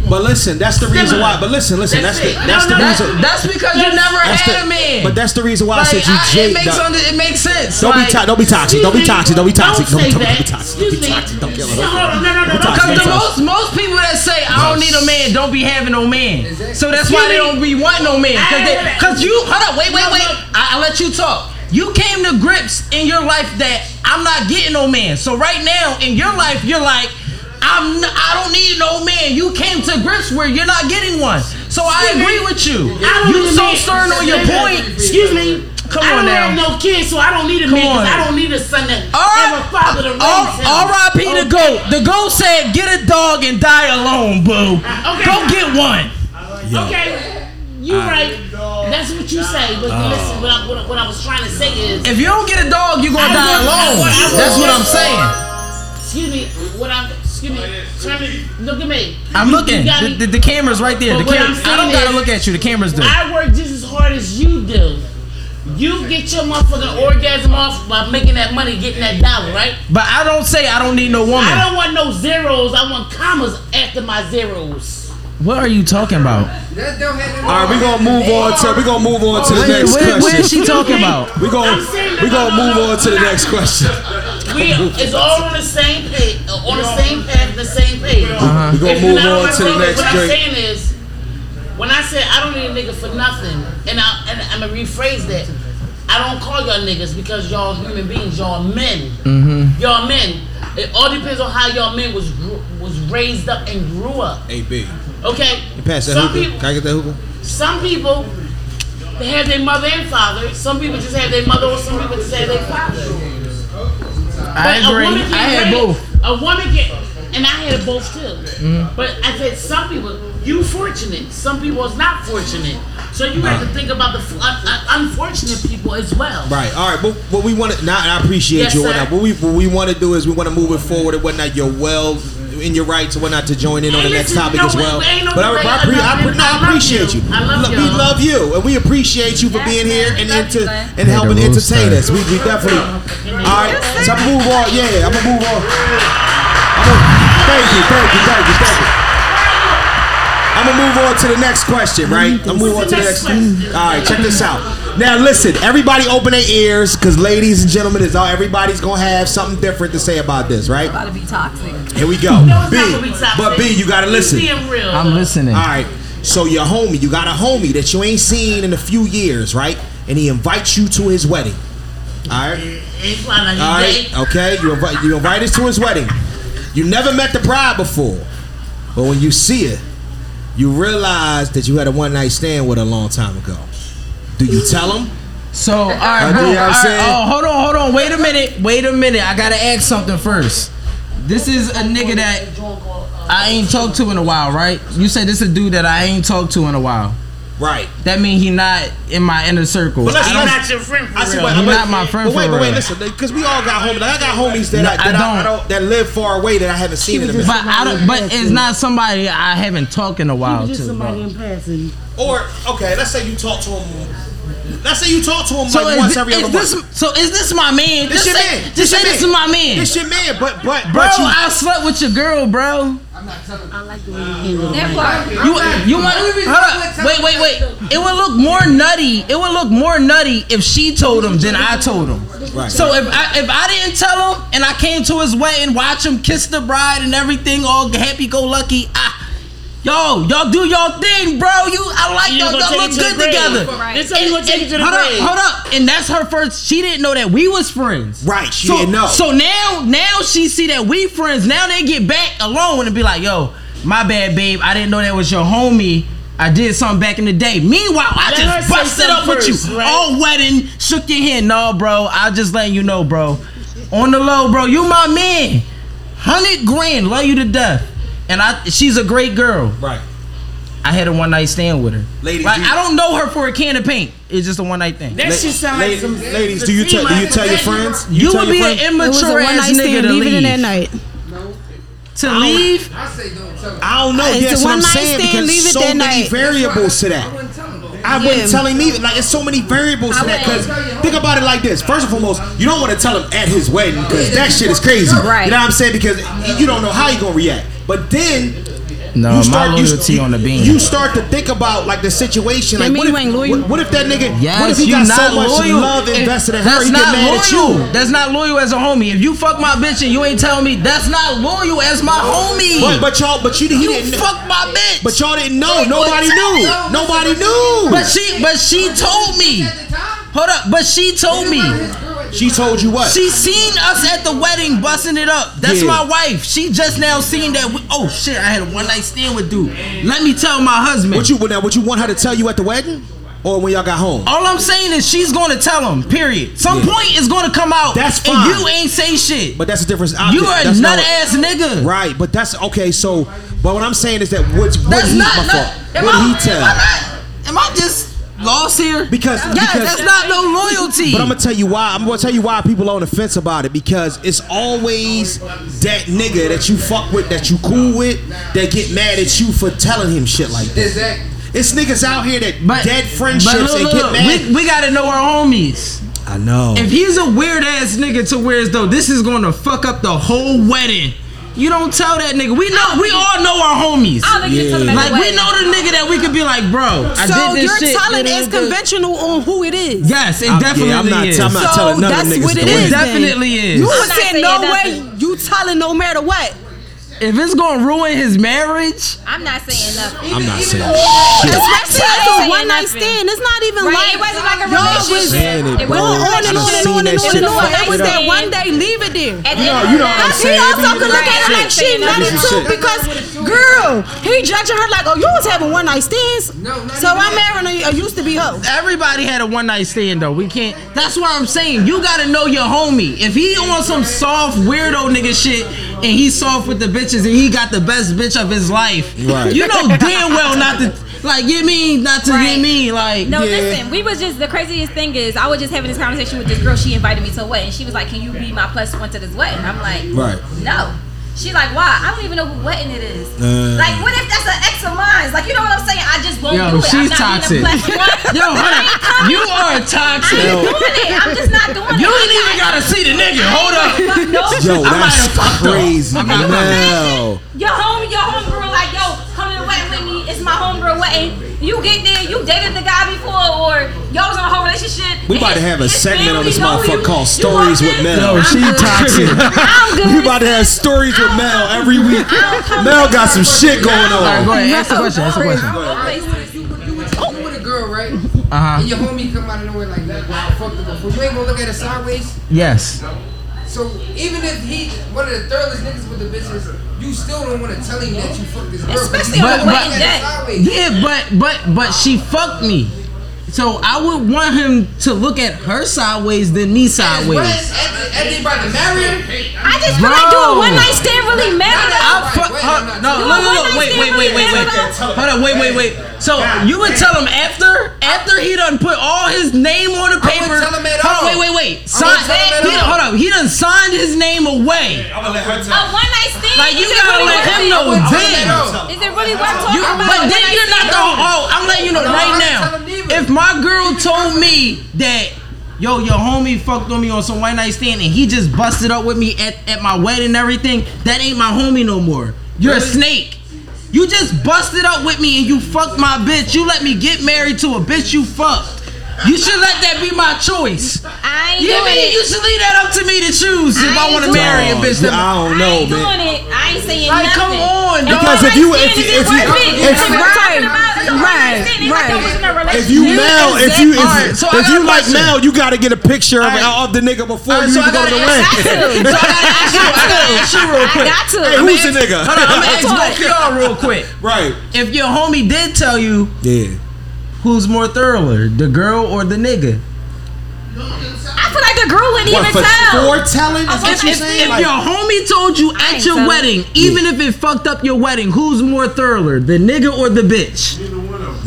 S1: But listen, that's the reason why. But listen, listen, that's
S7: That's
S1: the
S7: it.
S1: that's
S7: No,
S1: the
S7: no,
S3: That's,
S1: reason.
S3: that's because you
S7: That's-
S3: never
S1: that's
S3: had a
S1: the-
S3: man.
S1: But that's the reason why I said you
S3: I-
S1: jaded.
S3: it makes
S1: dog.
S3: under, it makes sense.
S1: Don't
S3: like,
S1: be, to- don't be toxic. Don't be toxic. Don't be toxic. Don't,
S7: Don't
S1: don't, don't
S7: say
S1: be
S7: that.
S1: toxic. Don't be
S7: Excuse me.
S1: toxic. Don't kill
S7: No,
S1: her.
S7: hold on. No, no, no, no.
S1: toxic.
S7: no.
S3: Cause the
S1: Sometimes.
S3: most most people that say I don't need a man don't be having no man, so that's why they don't be wanting no man. Cause, they, cause you hold up, wait, wait, wait. I, I let you talk. You came to grips in your life that I'm not getting no man. So right now in your life, you're like, I'm n- I don't need no man. You came to grips where you're not getting one. So I agree with you.
S7: I don't
S3: You
S7: need a
S3: so
S7: man.
S3: stern on your point.
S7: Excuse me.
S3: Come
S7: I
S3: on
S7: don't
S3: now.
S7: have no kids, so I don't need a
S3: Come
S7: man. 'cause
S3: on.
S7: I don't need a son that
S3: All
S7: have a father to
S3: right,
S7: raise him.
S3: all right, Peter. The goat. The goat said, "Get a dog and die alone, boo.
S7: Okay.
S3: Go get one."
S7: Okay. You right. That's what you say. But
S3: Oh.
S7: listen, what I, what, I- what I was trying to say is,
S3: If you don't get a dog, you gonna
S7: I
S3: die
S7: want- I
S3: alone.
S7: want- I want-
S3: That's what I'm saying.
S7: excuse me, what I'm, excuse me, turn me, look at me.
S3: I'm
S7: You- you
S3: looking.
S7: gotta-
S3: The, the, the camera's right there. The
S7: But what
S3: cam-
S7: I'm
S3: I don't
S7: saying
S3: gotta
S7: is-
S3: look at you. The camera's there.
S7: I work just as hard as you do. You get your motherfucking orgasm off by making that money, getting that dollar, right?
S3: But I don't say I don't need no woman.
S7: I don't want no zeros. I want commas after my zeros.
S3: What are you talking about?
S6: That don't have
S1: All right, we gonna move on to we gonna move on to the
S3: Wait,
S1: next
S3: what, what is
S1: question.
S3: she talking about?
S1: We gonna
S7: I'm saying-
S1: we gonna
S7: no, no,
S1: move
S7: no,
S1: on to the
S7: no.
S1: next question.
S7: We it's all on the same page, on the same path, the same page.
S1: Uh-huh. We gonna
S7: If you're
S1: move
S7: not
S1: on
S7: my
S1: to the
S7: page,
S1: next
S7: What I'm
S1: drink.
S7: saying is, when I said I don't need a nigga for nothing, and I and I'm gonna rephrase that. I don't call y'all niggas because y'all human beings, y'all men.
S1: Mm-hmm.
S7: Y'all men. It all depends on how y'all men was gr- was raised up and grew up.
S1: Hey, B,
S7: Okay.
S1: pass that
S7: Some
S1: hookah.
S7: people,
S1: Can I get that hookah?
S7: some people they have their mother and father. Some people just have their mother, or some people just have their father.
S3: I
S7: But a
S3: agree. I
S7: woman can
S3: had
S7: raise-
S3: both.
S7: A woman get, and I had both too.
S5: Mm-hmm.
S7: But I said some people, you fortunate. Some people is not fortunate. So you have to think about the f- un- un- unfortunate people as well.
S1: Right. All right. But what we want to now, and I appreciate
S7: Yes,
S1: you.
S7: sir.
S1: and Whatnot. What we what we want to do is we want to move it forward and whatnot. You're well in your rights and whatnot to join in on
S7: Hey,
S1: the next
S7: listen,
S1: topic
S7: no,
S1: as
S7: we-
S1: well.
S7: we ain't no
S1: but I, I,
S7: debate. I
S1: appre-
S7: love
S1: I, appre-
S7: you.
S1: no, I
S7: I love
S1: appreciate you.
S7: you. I love
S1: Lo-
S7: y'all.
S1: We love you and we appreciate you for
S4: Yes,
S1: being here
S4: man.
S1: and
S4: We love
S1: into,
S4: you, man.
S1: and helping
S3: the rooster.
S1: entertain us. We, we definitely. All right. So I'm gonna move on. Yeah, I'm gonna move on. I'm gonna, thank you. Thank you. Thank you. Thank you. I'm gonna move on to the next question, right? I'm gonna move on to the next question. All right, check this out. Now, listen, everybody open their ears, because ladies and gentlemen, is all everybody's gonna have something different to say about this, right?
S4: About to be toxic.
S1: Here we go.
S7: No, it's
S1: B,
S7: not gonna be toxic.
S1: but B, you gotta
S7: You
S1: listen.
S7: being real.
S3: I'm listening.
S1: All right. So your homie, you got a homie that you ain't seen in a few years, right? And he invites you to his wedding. All right.
S7: Ain't flying
S1: All right. Okay. You invite you invite us to his wedding. You never met the bride before, but when you see her, you realize that you had a one night stand with her a long time ago. Do you tell him?
S3: So, all right,
S1: I do,
S3: boom,
S1: you know what I'm
S3: all right,
S1: saying?
S3: oh, hold on, hold on. Wait a minute. Wait a minute. I gotta ask something first. This is a nigga that
S7: uh,
S3: I ain't talked to in a while, right? You said this is a dude that I ain't talked to in a while.
S1: Right.
S3: That mean he not in my inner circle.
S1: But let's-
S3: I
S7: You're
S3: don't-
S7: not your friend for
S1: I see,
S7: real.
S1: but,
S3: He
S1: but-
S3: not my friend
S1: But wait,
S3: for
S1: but wait,
S3: real.
S1: listen, because we all got homies. Like, I got homies that
S3: No,
S1: I,
S3: I
S1: that I, I
S3: don't.
S1: don't that live far away that I haven't seen in a minute.
S3: but I don't. But it's not somebody I haven't talked in a while to. bro.
S7: passing.
S1: Or okay, let's say you talk to him. Let's say you talk to him
S3: So
S1: like
S3: is,
S1: once
S3: thi-
S1: every
S3: is
S1: other
S3: this
S1: month.
S3: so is this my man?
S1: This
S3: just
S1: your
S3: say,
S1: man.
S3: Just say
S1: your
S3: this is my man.
S1: This your man, but but
S3: bro,
S1: but you,
S3: I slept with your girl, bro.
S6: I not telling.
S7: I like the way you handle
S4: That part.
S3: You you want hold up. Wait, wait, wait. It would look more nutty. It would look more nutty if she told him than I told him.
S1: Right.
S3: So if I if I didn't tell him and I came to his wedding, watch him kiss the bride and everything, all happy go lucky. I, yo, y'all do y'all thing, bro. You I like
S7: You
S3: y'all.
S7: gonna
S3: Y'all
S7: take
S3: look
S7: it to the
S3: good
S7: grave.
S3: together.
S4: Right.
S7: This how you gonna take it to the
S3: hold
S7: grave.
S3: up, hold up. And that's her first. She didn't know that we was friends.
S1: Right, she
S3: so,
S1: didn't know.
S3: So now, now she see that we friends. Now they get back alone and be like, "Yo, my bad, babe. I didn't know that was your homie. I did something back in the day. Meanwhile, I
S7: Let her
S3: just
S7: say
S3: busted up
S7: something
S3: with
S7: first,
S3: you
S7: right?
S3: all wedding, shook your hand. No, bro. I just letting you know, bro. On the low, bro. You my man. Hundred grand, love you to death. And I, she's a great girl.
S1: Right.
S3: I had a one night stand with her.
S1: Ladies,
S3: like
S1: you-
S3: I don't know her for a can of paint. It's just a one night thing.
S7: That shit sound like
S1: Ladies-
S7: some.
S1: ladies, do you tell do you tell your friends?
S3: You,
S1: tell your
S3: would be
S1: friends?
S3: an
S2: It was a
S3: immature
S2: one
S3: ass
S2: night
S3: nigga
S2: stand.
S3: to
S2: Leave it in
S3: leave.
S2: that night.
S3: To leave.
S6: I say don't tell.
S1: I don't know.
S2: It's
S1: That's
S2: a
S1: what I'm
S2: one-night
S1: saying
S2: stand,
S1: because
S2: leave it
S1: so
S2: that
S1: many
S2: night.
S1: variables to
S6: I
S1: that.
S6: wouldn't tell them.
S1: I
S2: Yeah.
S1: wouldn't tell him either. Like, it's so many variables to that. Because think about it like this. First and foremost, you don't want to tell him at his wedding because that shit is crazy.
S4: Right.
S1: You know what I'm saying? Because you don't know how you gonna react. But then
S3: No,
S1: you start
S3: my
S1: you-
S3: loyalty
S1: you,
S3: on the beam.
S1: You start to think about like the situation.
S2: That
S1: Like,
S2: mean
S1: what
S2: you
S1: if,
S2: ain't loyal?
S1: What, what if that nigga?
S3: Yes,
S1: what if he
S3: you
S1: got
S3: not
S1: so much
S3: loyal.
S1: love
S3: If-
S1: invested in her?
S3: that's
S1: He get
S3: not
S1: mad at
S3: loyal.
S1: you.
S3: That's not loyal as a homie. If you fuck my bitch and you ain't telling me, that's not loyal as my homie.
S1: But but y'all but you he
S3: you
S1: didn't.
S3: fuck my bitch.
S1: But y'all didn't know.
S3: Wait, what?
S1: Nobody knew.
S6: No,
S1: Nobody
S6: listen,
S1: knew.
S3: but she but she told me.
S6: At the time,
S3: Hold up. But she told me.
S6: his girl at the
S1: she told you what?
S3: She seen us at the wedding busting it up. That's
S1: Yeah.
S3: my wife. She just now seen that. We, oh shit! I had a one night stand with dude. Let me tell my husband.
S1: What you now? What you want her to tell you at the wedding, or when y'all got home?
S3: All I'm saying is she's going to tell him. Period. Some
S1: Yeah.
S3: point is going to come out.
S1: That's
S3: And
S1: fine.
S3: you ain't say shit.
S1: But that's a different.
S3: you are a
S1: that's not
S3: nut ass nigga.
S1: Right, but that's okay. So, but what I'm saying is that what's what
S3: That's
S1: he,
S3: not.
S1: my
S3: no-
S1: fault.
S3: am
S1: What
S3: I-
S1: did he tell?
S3: Am I, not, am I just lost here?
S1: Because-
S3: yes,
S1: because-
S3: that's not no loyalty.
S1: But I'm gonna tell you why. I'm gonna tell you why people on the fence about it because it's always that nigga that you fuck with, that you cool with, that get mad at you for telling him shit like that.
S6: Exactly.
S1: It's niggas out here that
S3: But-
S1: dead
S3: but
S1: friendships
S3: look,
S1: and get
S3: look,
S1: mad.
S3: We, we gotta know our homies.
S1: I know.
S3: If he's a weird ass nigga to where as though this is gonna fuck up the whole wedding, you don't tell that nigga. We know. We all know our homies.
S4: I'll let you tell them at
S3: Like
S4: the
S3: we
S4: wedding.
S3: know the nigga that we could be like, bro. I
S2: So
S3: did this
S2: your
S3: shit.
S2: talent
S3: da,
S2: is
S3: da, da.
S2: conventional on who it is.
S3: Yes, it
S1: I'm-
S3: definitely
S1: yeah, I'm not,
S3: is.
S1: I'm not
S2: So
S1: telling none of
S2: that's
S1: them niggas
S2: what
S1: to
S2: it
S1: do
S2: is.
S1: that.
S3: Definitely
S2: then.
S3: is.
S2: You
S3: I'm
S2: was
S4: not
S2: saying
S4: saying
S2: no way.
S4: nothing.
S2: You telling no matter what.
S3: if it's gonna ruin his marriage,
S4: I'm not saying nothing.
S1: I'm not saying
S2: Especially
S4: I ain't
S2: as a
S4: saying
S2: one night
S4: nothing.
S2: stand. It's not even
S4: Right? It
S2: like
S4: wasn't like a
S2: Y'all was
S4: relationship.
S1: saying it,
S4: It
S1: bro.
S2: on and
S4: wasn't
S1: I
S2: on and
S1: done
S2: on and
S1: seen
S2: on and
S1: that
S2: on
S1: shit
S2: and on.
S4: straight
S2: It was
S4: up.
S2: that one day. Leave it there.
S4: At the
S1: You
S4: end
S1: know-
S4: of
S1: you
S4: the
S1: know what I'm
S4: day-
S2: And he
S1: saying?
S2: also
S1: Every
S2: could look at her
S4: relationship.
S2: like she
S4: That's
S2: nutty
S1: what
S2: too
S1: she
S2: because, girl, he judging her like, oh, you was having one night stands.
S6: No, not
S2: so
S6: even
S2: I'm
S6: that.
S2: marrying a, a used to be hoe.
S3: everybody had a one night stand though. We can't. That's why I'm saying you gotta know your homie. If he on some soft weirdo nigga shit and he soft with the bitches and he got the best bitch of his life,
S1: Right.
S3: you know damn well not to like. You mean not to
S4: Right.
S3: get me like.
S4: No,
S1: Yeah.
S4: listen, we was just the craziest thing is I was just having this conversation with this girl. She invited me to a wedding. She was like, Can you be my plus one to this wedding? I'm like,
S1: Right.
S4: No. She like, why? I don't even know who wedding it is.
S1: Uh.
S4: like, what if that's an ex of mine? Like, you know what I'm saying? I just won't
S3: Yo,
S4: do it.
S3: she's
S4: I'm not
S3: toxic.
S4: being a plus one.
S3: Yo, hold up. You are toxic.
S4: I'm
S1: Yo.
S4: not doing it. I'm just not doing it.
S3: You
S4: I'm
S3: ain't even
S4: not-
S3: gotta see the nigga. Hold up.
S4: Fuck no.
S1: Yo,
S3: I might have
S1: that's
S3: fucked up.
S1: crazy.
S3: I might have
S1: No.
S4: Your home, your homegirl, like yo, come to the wedding with me. It's my homegirl wedding. You get there, you dated the guy before, or y'all was in a whole relationship.
S1: We about to have a
S4: His
S1: segment on
S4: family
S1: this
S4: know
S1: motherfucker
S4: you.
S1: called
S4: You walk
S1: Stories with
S4: in,
S1: Mel.
S3: Yo,
S4: I'm
S3: she
S4: good.
S3: toxic.
S4: I'm good.
S1: We about to have stories with Mel every week. Mel got some shit going
S3: All right, go
S1: on.
S3: ahead. Ask the question. Ask the question.
S6: I would- You would- you would- you with a girl, right?
S3: Uh-huh.
S6: And your homie come out of nowhere like, like wow, fuck the before. You ain't gonna look at her sideways.
S3: Yes.
S6: So even if he one of the thoroughless niggas with the bitches, you still don't want to tell him that you fucked this girl.
S4: Especially
S6: you
S4: on
S6: don't
S3: the
S6: look
S3: wedding
S6: at her
S4: day.
S6: sideways.
S3: Yeah, but but but she fucked me. So I would want him to look at her sideways than me
S6: As well
S3: sideways.
S6: as at the- at they about to marry her,
S4: I just feel like doing
S3: Bro.
S4: one night stand really matter.
S3: I
S4: though.
S3: fuck her. No, look, look, look, wait, wait, wait, wait, wait. Hold on, wait, wait, wait. So you would tell him after after he done put all his name on the
S6: wouldn't
S3: paper.
S6: tell him at
S3: Hold on,
S6: all.
S3: wait, wait, wait.
S6: I
S3: Sign.
S6: wouldn't tell him at
S3: He done,
S6: all.
S3: hold on. He done signed his name away.
S4: A one night stand.
S3: Like you
S4: is it
S3: gotta
S4: really
S3: let
S4: worth
S3: him
S4: it?
S3: know
S6: wouldn't tell him
S3: then.
S6: at all.
S4: Is it really worth talking
S3: You,
S4: about?
S3: but
S4: a
S3: then
S4: one-night
S3: you're not
S4: stand?
S3: the oh. I'm letting you know
S6: No,
S3: right
S6: I'm
S3: now.
S6: telling neither.
S3: If my girl told me that, yo, your homie fucked on me on some white night stand and he just busted up with me at, at my wedding and everything, that ain't my homie no more. You're a snake. You just busted up with me and you fucked my bitch. You let me get married to a bitch you fucked. You should let that be my choice.
S4: I ain't
S3: Yeah,
S4: doing
S3: man,
S4: it.
S3: you should leave that up to me to choose if
S4: I
S3: I
S4: ain't
S3: want to
S4: doing
S3: marry a
S1: Dog, I
S3: bitch. That
S1: don't
S4: I
S1: know,
S4: ain't doing
S1: man.
S4: it. I ain't saying
S3: Like,
S4: nothing.
S3: come on, dog.
S4: And
S1: Because
S4: what
S1: if you-
S4: I'm
S1: if-
S4: saying
S1: if
S4: is it's
S1: you-
S4: worth it.
S1: if-
S4: That's what I'm talking about. That's what I'm
S2: Right,
S4: understanding. Like, that
S2: right.
S4: wasn't a
S1: If you
S4: relationship.
S1: Mel, if you if,
S3: Alright, so I
S1: if
S3: got a
S1: you like
S3: question.
S1: Mel, you got to get a picture of,
S3: Alright.
S1: of the nigga before you
S3: Alright, so I
S1: even go to the
S3: gotta
S1: wedding.
S3: ask-
S4: Exactly.
S3: So I gotta ask you, I gotta ask you real
S4: I
S3: quick.
S4: got to.
S1: Hey,
S4: I'm
S1: who's
S4: asking-
S1: the nigga?
S3: Hold on, I'm gonna ask both y'all real quick.
S1: right.
S3: If your homie did tell you
S1: Yeah.
S3: who's more thorough, the girl or the nigga?
S4: I feel like the girl wouldn't even
S1: for
S4: tell.
S1: foretelling? Is
S4: I
S1: what
S4: was
S1: you
S4: like,
S3: If,
S1: saying?
S3: if
S1: Like,
S3: your homie told you
S4: I
S3: at
S4: ain't
S3: your
S4: telling.
S3: wedding, even if it fucked up your wedding, who's more thorough, the nigga or the bitch?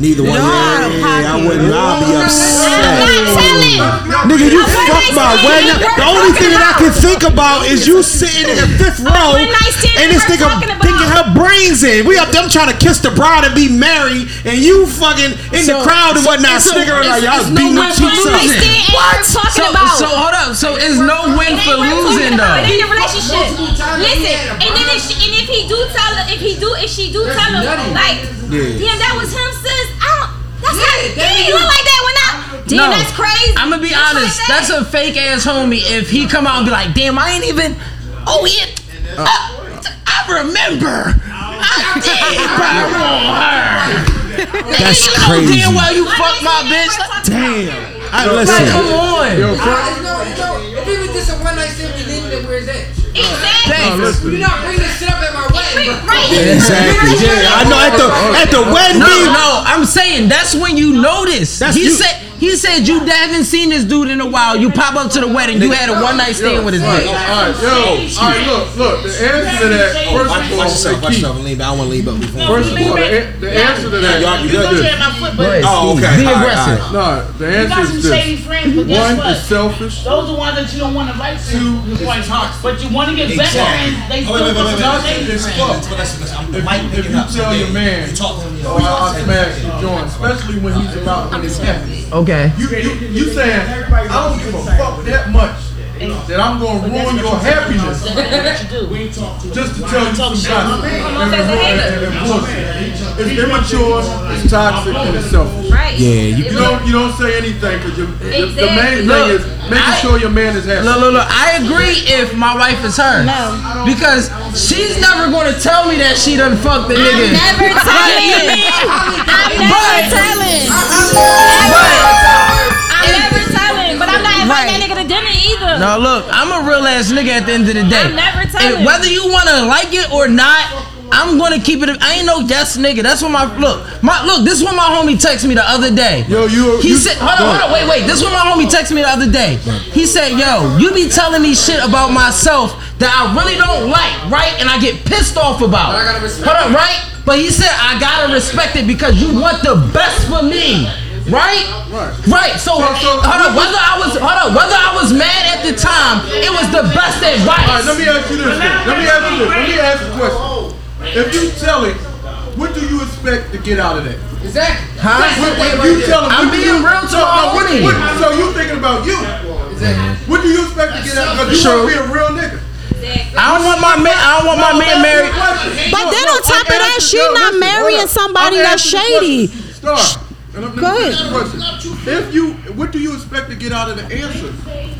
S1: neither one. Yeah,
S2: out of
S1: yeah, I
S2: pocket.
S1: wouldn't. I'd be
S4: I'm
S1: upset.
S4: not telling.
S1: Nigga, you
S4: I'm not
S1: fucked my
S4: saying
S1: wedding.
S4: that.
S1: The only thing that I
S4: Talking
S1: can think about is you sitting in the fifth row
S4: We're not sitting
S1: and this
S4: here
S1: nigga
S4: talking about-
S1: thinking her brains in. We up there trying to kiss the bride and be married, and you fucking in the
S3: So-
S1: crowd and whatnot,
S3: so-
S1: snickering like
S3: it's-
S1: y'all
S3: it's
S1: was
S3: no
S1: beating the
S3: win for
S1: cheeks
S3: losing.
S1: up.
S4: Like, they ain't worth
S3: So,
S4: talking about.
S3: so hold up. So it's no win
S4: It
S3: for
S4: ain't worth
S3: losing
S4: talking about. It
S3: though.
S4: ain't a relationship.
S6: Multiple times he
S4: Listen,
S6: had a
S4: and then if she, and if he do tell her, if he do, if she do
S6: That's
S4: tell her,
S6: nutty.
S4: like,
S1: Yeah.
S4: damn, that was him, sis. I don't. That's not.
S6: Yeah, that
S4: Damn, you
S6: is-
S4: look like that when I. Damn,
S3: No.
S4: that's crazy.
S3: I'm gonna be
S4: Just
S3: honest.
S4: like
S3: That's a fake ass homie. If he come out and be like, "Damn, I ain't even." Oh yeah. Uh, I remember. I did. bro, I want her.
S1: That's
S3: Nigga, you know
S1: crazy.
S3: damn well you
S4: Why
S3: fucked
S4: they
S3: my
S4: say they
S3: bitch.
S4: worth
S3: Like,
S4: talking about?
S1: Damn. I
S3: like,
S1: listen.
S3: come on.
S6: It's no, you know, if it was just a one night stand, we didn't know where it's at.
S4: Exactly.
S3: Thanks.
S6: You not bring this shit up at my wedding, bro.
S4: Right.
S1: Exactly. Yeah, I know at the at the wedding.
S3: No,
S1: being-
S3: no, I'm saying that's when you notice.
S1: That's
S3: he
S1: you.
S3: said he said you haven't seen this dude in a while. You pop up to the wedding, you had a one night stand with his
S5: Alright,
S3: bitch.
S5: alright, yo, alright, look, look, the answer to that,
S1: Watch
S5: first of
S1: yourself,
S5: all,
S1: watch
S5: the key.
S1: yourself, and lean back. I don't want to lean back.
S5: First of all, the, the answer to that,
S1: Y'all, you
S5: is
S1: good?
S5: this.
S7: my foot,
S3: Go
S7: but
S3: ahead,
S1: Oh,
S3: Steve.
S1: okay.
S3: Be
S1: All right,
S3: aggressive.
S1: all
S5: No, the
S7: you got
S5: answer
S7: some
S5: is this.
S7: shady friends, but guess
S5: One is
S7: what?
S5: selfish.
S7: Those are the ones that you don't want to write to. You want to- But you want to get better
S1: Exactly.
S7: friends. They
S1: Oh, wait,
S7: still
S1: wait, wait,
S7: want
S1: wait,
S7: to
S1: wait.
S7: be
S5: It's
S7: friends.
S5: fucked.
S1: But that's, that's, I'm
S5: If
S1: mic
S5: you, if
S1: picking
S5: you
S1: up.
S5: tell your man,
S1: You talk to me.
S5: oh, I, I smash the joint, especially when he's about when it's heavy.
S3: Okay.
S5: You, you, you saying, I don't give a fuck that much that I'm gonna ruin your happiness
S7: That's what you do.
S5: just to tell you some shots.
S4: on, that's a hater.
S5: It's immature, it's toxic, and it's selfish.
S4: Right.
S1: Yeah, you-
S5: You don't, you don't say anything because the, the main thing
S3: Exactly.
S5: is making
S3: Look,
S5: sure your man is happy.
S3: Look, look, look. I agree if my wife is her.
S2: No.
S3: Because she's never gonna tell me that she done fucked the
S4: I'm
S3: nigga.
S4: never telling. I'm never
S3: But-
S4: telling. I'm never telling. But I'm not
S2: Right.
S4: inviting that nigga to dinner either.
S3: Now look, I'm a real ass nigga at the end of the day.
S4: I'm never
S3: And
S4: telling.
S3: whether you wanna like it or not, I'm gonna keep it. I ain't no yes nigga. That's what my look. My look. This is what my homie texted me the other day.
S5: Yo, you-
S3: He
S5: you-
S3: said, hold on, hold on, wait, wait. This is what my homie texted me the other day. He said, yo, you be telling me shit about myself that I really don't like, right? And I get pissed off about.
S6: But I gotta respect
S3: hold on, right? But he said I gotta respect it because you want the best for me, right? Right. So,
S5: So- so-
S3: hold on. Whether I was hold on, whether I was mad at the time, it was the best
S5: Alright, let
S3: advice.
S5: me ask you this. Then. Let me ask you this. Let me ask you a question. If you tell it, what do you expect to get out of that?
S6: Exactly.
S3: Huh?
S6: That's the thing
S5: If
S6: right
S5: you
S6: there.
S5: tell him,
S3: I'm
S5: what do
S3: being
S5: you-
S3: real to my
S5: No, no, what-
S3: homie.
S5: what- So you thinking about you?
S6: Exactly.
S5: What do you expect to get out? Because you
S3: Sure.
S5: want to be a real nigga.
S3: I don't want my man. I don't want my man married.
S2: But then on top of that, she not marrying somebody that's shady.
S5: Star. And I'm-
S2: Go ahead.
S5: another question. If you, what do you expect to get out of the answer?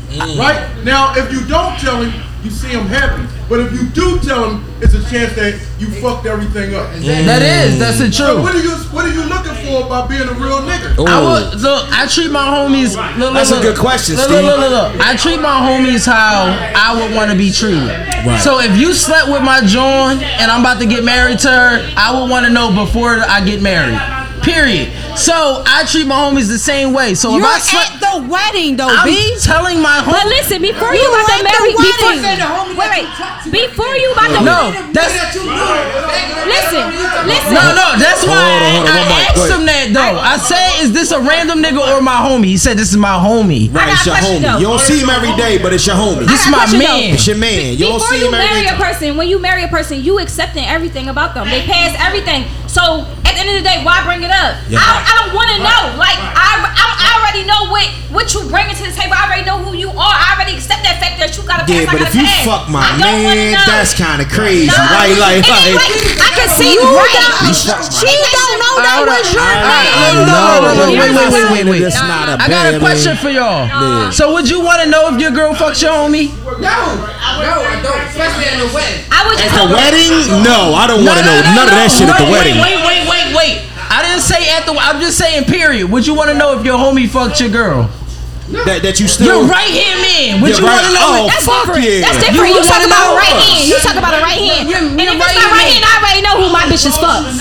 S5: Right now, if you don't tell him, you see him happy. But if you do tell him, it's a chance that you fucked everything up.
S3: That is. That's the
S5: So
S3: truth.
S5: what are you, what are you looking for by being a real nigga?
S1: Ooh.
S3: I would look. I treat my homies. Look, look,
S1: That's a
S3: look.
S1: good question,
S3: Look,
S1: Steve.
S3: Look, look, look, look. I treat my homies how I would want to be treated.
S1: Right.
S3: So if you slept with my John and I'm about to get married to her, I would want to know before I get married. Period. So I treat my homies the same way. So
S2: You're
S3: if I
S2: at
S3: slept,
S2: the wedding though,
S3: I'm
S2: B.
S3: telling my
S4: But
S3: homies.
S4: listen, before
S2: You
S4: you about
S2: at
S4: to
S2: the
S4: marry, before,
S2: wedding.
S6: Say the homie
S4: wait,
S6: that
S4: wait,
S6: you talk to.
S4: before you about to
S3: No, that's
S6: That you knew.
S4: Listen, listen.
S3: No, no, that's why
S1: Hold on, hold on,
S3: I,
S1: one
S3: I
S1: mic,
S3: asked
S1: go ahead.
S3: him that though. I, said, "Is this a random nigga or my homie?" He said, "This is my homie.
S1: Right,
S4: I got
S1: it's your
S4: a question,
S1: homie.
S4: though.
S1: You don't see him every day, but it's your homie.
S3: This is my
S4: question, though.
S3: man."
S1: It's your man. You don't
S4: Before
S1: see
S4: you
S1: him every
S4: marry a
S1: day.
S4: person, when you marry a person, you accepting everything about them. They pass everything. So at the end of the day, why bring it up?
S1: Yeah.
S4: I don't, I don't want to know. Like I, I, I already know what what you bringing to the table. I already know who you are. I already accept that fact that you got gotta
S1: Yeah,
S4: pass. I
S1: but
S4: gotta
S1: if you
S4: pass.
S1: fuck my
S4: I don't wanna
S1: man,
S4: know.
S1: that's kind of crazy.
S4: No.
S1: Right? Like,
S4: Anyway,
S1: like,
S4: I can see you. Right.
S2: She don't know that was your
S1: I
S2: man.
S1: don't know. but
S3: Hold on, hold
S1: wait,
S3: on, hold
S1: wait,
S3: on.
S1: wait,
S3: Wait,
S1: That's
S4: wait.
S1: not a
S3: I got a
S1: bad
S3: question
S1: man.
S3: for y'all.
S4: Uh,
S1: Yeah.
S3: So would you want to know if your girl fucks your homie?
S6: No, no, I don't. Especially at a wedding.
S4: I would
S1: At
S4: just
S1: the
S4: hope-
S1: wedding? No, I don't want to know none of that shit at the
S3: Wait,
S1: wedding.
S3: Wait, wait, wait, wait. I didn't say at the. I'm just saying. Period. Would you want to know if your homie fucked your girl?
S1: That that you still.
S3: Your right hand man. Would
S1: Yeah,
S3: you
S1: right.
S3: want to know?
S1: Oh,
S3: if-
S4: That's
S1: Fuck
S4: different.
S1: yeah.
S4: That's different.
S3: You
S4: You, talk
S3: wanna
S4: about
S3: know
S4: a right
S3: us.
S4: hand. You talk about a right hand.
S3: Your-
S4: and
S3: your
S4: if it's
S3: right
S4: not right
S3: hand-
S4: hand, I already know who my bitch is fucked.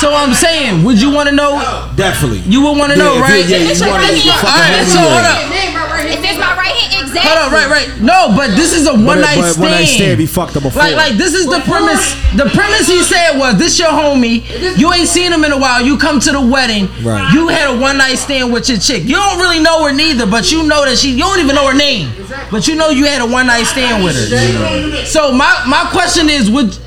S3: So I'm saying, would you want to know?
S1: Definitely.
S3: You would want to know,
S1: yeah,
S3: right?
S1: Yeah,
S4: It's
S1: you
S4: your
S1: want
S4: right
S1: to
S4: hand.
S1: fucking
S3: All right. So
S1: everywhere.
S3: hold up.
S4: If it's my right hand, exactly.
S3: Hold up. Right. Right. No, but this is a one night
S1: but
S3: stand.
S1: one night stand be fucked up before.
S3: Like, like this is the premise. The premise he said was, "This your homie. You ain't seen him in a while. You come to the wedding.
S1: Right.
S3: You had a one night stand with your chick. You don't really know her neither, but you know that she. You don't even know her name, but you know you had a one night stand with her. So my my question is, would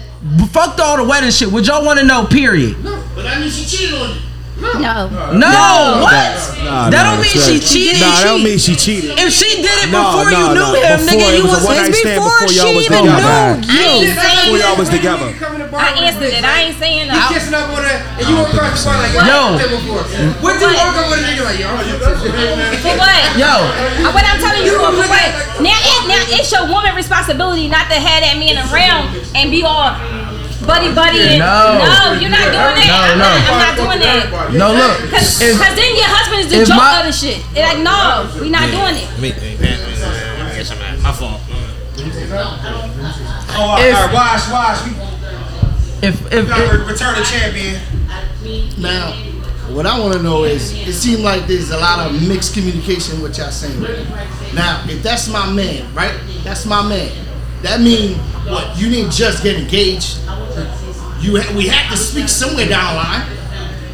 S3: fucked all the wedding shit? Would y'all want to know? Period.
S8: But that means she cheated on you.
S4: No.
S3: No. what?
S1: Nah,
S3: that
S1: nah,
S3: don't mean
S1: that's
S3: she
S1: right.
S3: cheated.
S1: Nah,
S3: she,
S1: that don't mean she cheated.
S3: If she did it
S1: No, no,
S3: before you
S1: no.
S3: knew him,
S1: Before
S3: nigga,
S1: it
S3: you
S1: was a
S3: was.
S1: one-night
S3: it's
S1: stand
S3: before
S1: before
S3: she
S1: y'all was
S3: even
S1: together.
S3: knew
S4: I ain't
S3: you.
S4: saying.
S1: Before y'all was together.
S4: I answered it. I ain't saying
S6: You
S4: that.
S6: kissing up on her and you walk across the bar like, yo,
S3: Yo.
S6: I've been before. What do you walk up with a nigga like, yo, I'm
S4: For what?
S3: Yo,
S4: Uh, What I'm telling you for, for what? Now, it, now it's your woman responsibility not to have that man around and be all buddy buddy. And,
S3: No.
S4: you're not doing that.
S3: No,
S4: I'm,
S3: no.
S4: Not, I'm not doing that.
S3: no, look.
S4: Cause,
S3: If-
S4: 'cause then your husband is the
S3: if
S4: joke
S3: my-
S4: of the shit. They're like, no, we not doing it.
S8: Wait, wait, wait, wait, wait, wait. Yes, I'm at. My fault.
S1: Oh, all
S3: If-
S1: right, watch, watch. We
S3: if if, if
S1: gotta return the champion.
S9: Now, what I want to know is, it seems like there's a lot of mixed communication with y'all saying. Now, if that's my man, right? That's my man. That mean what? You didn't just get engaged. You ha- we had to speak somewhere down the line.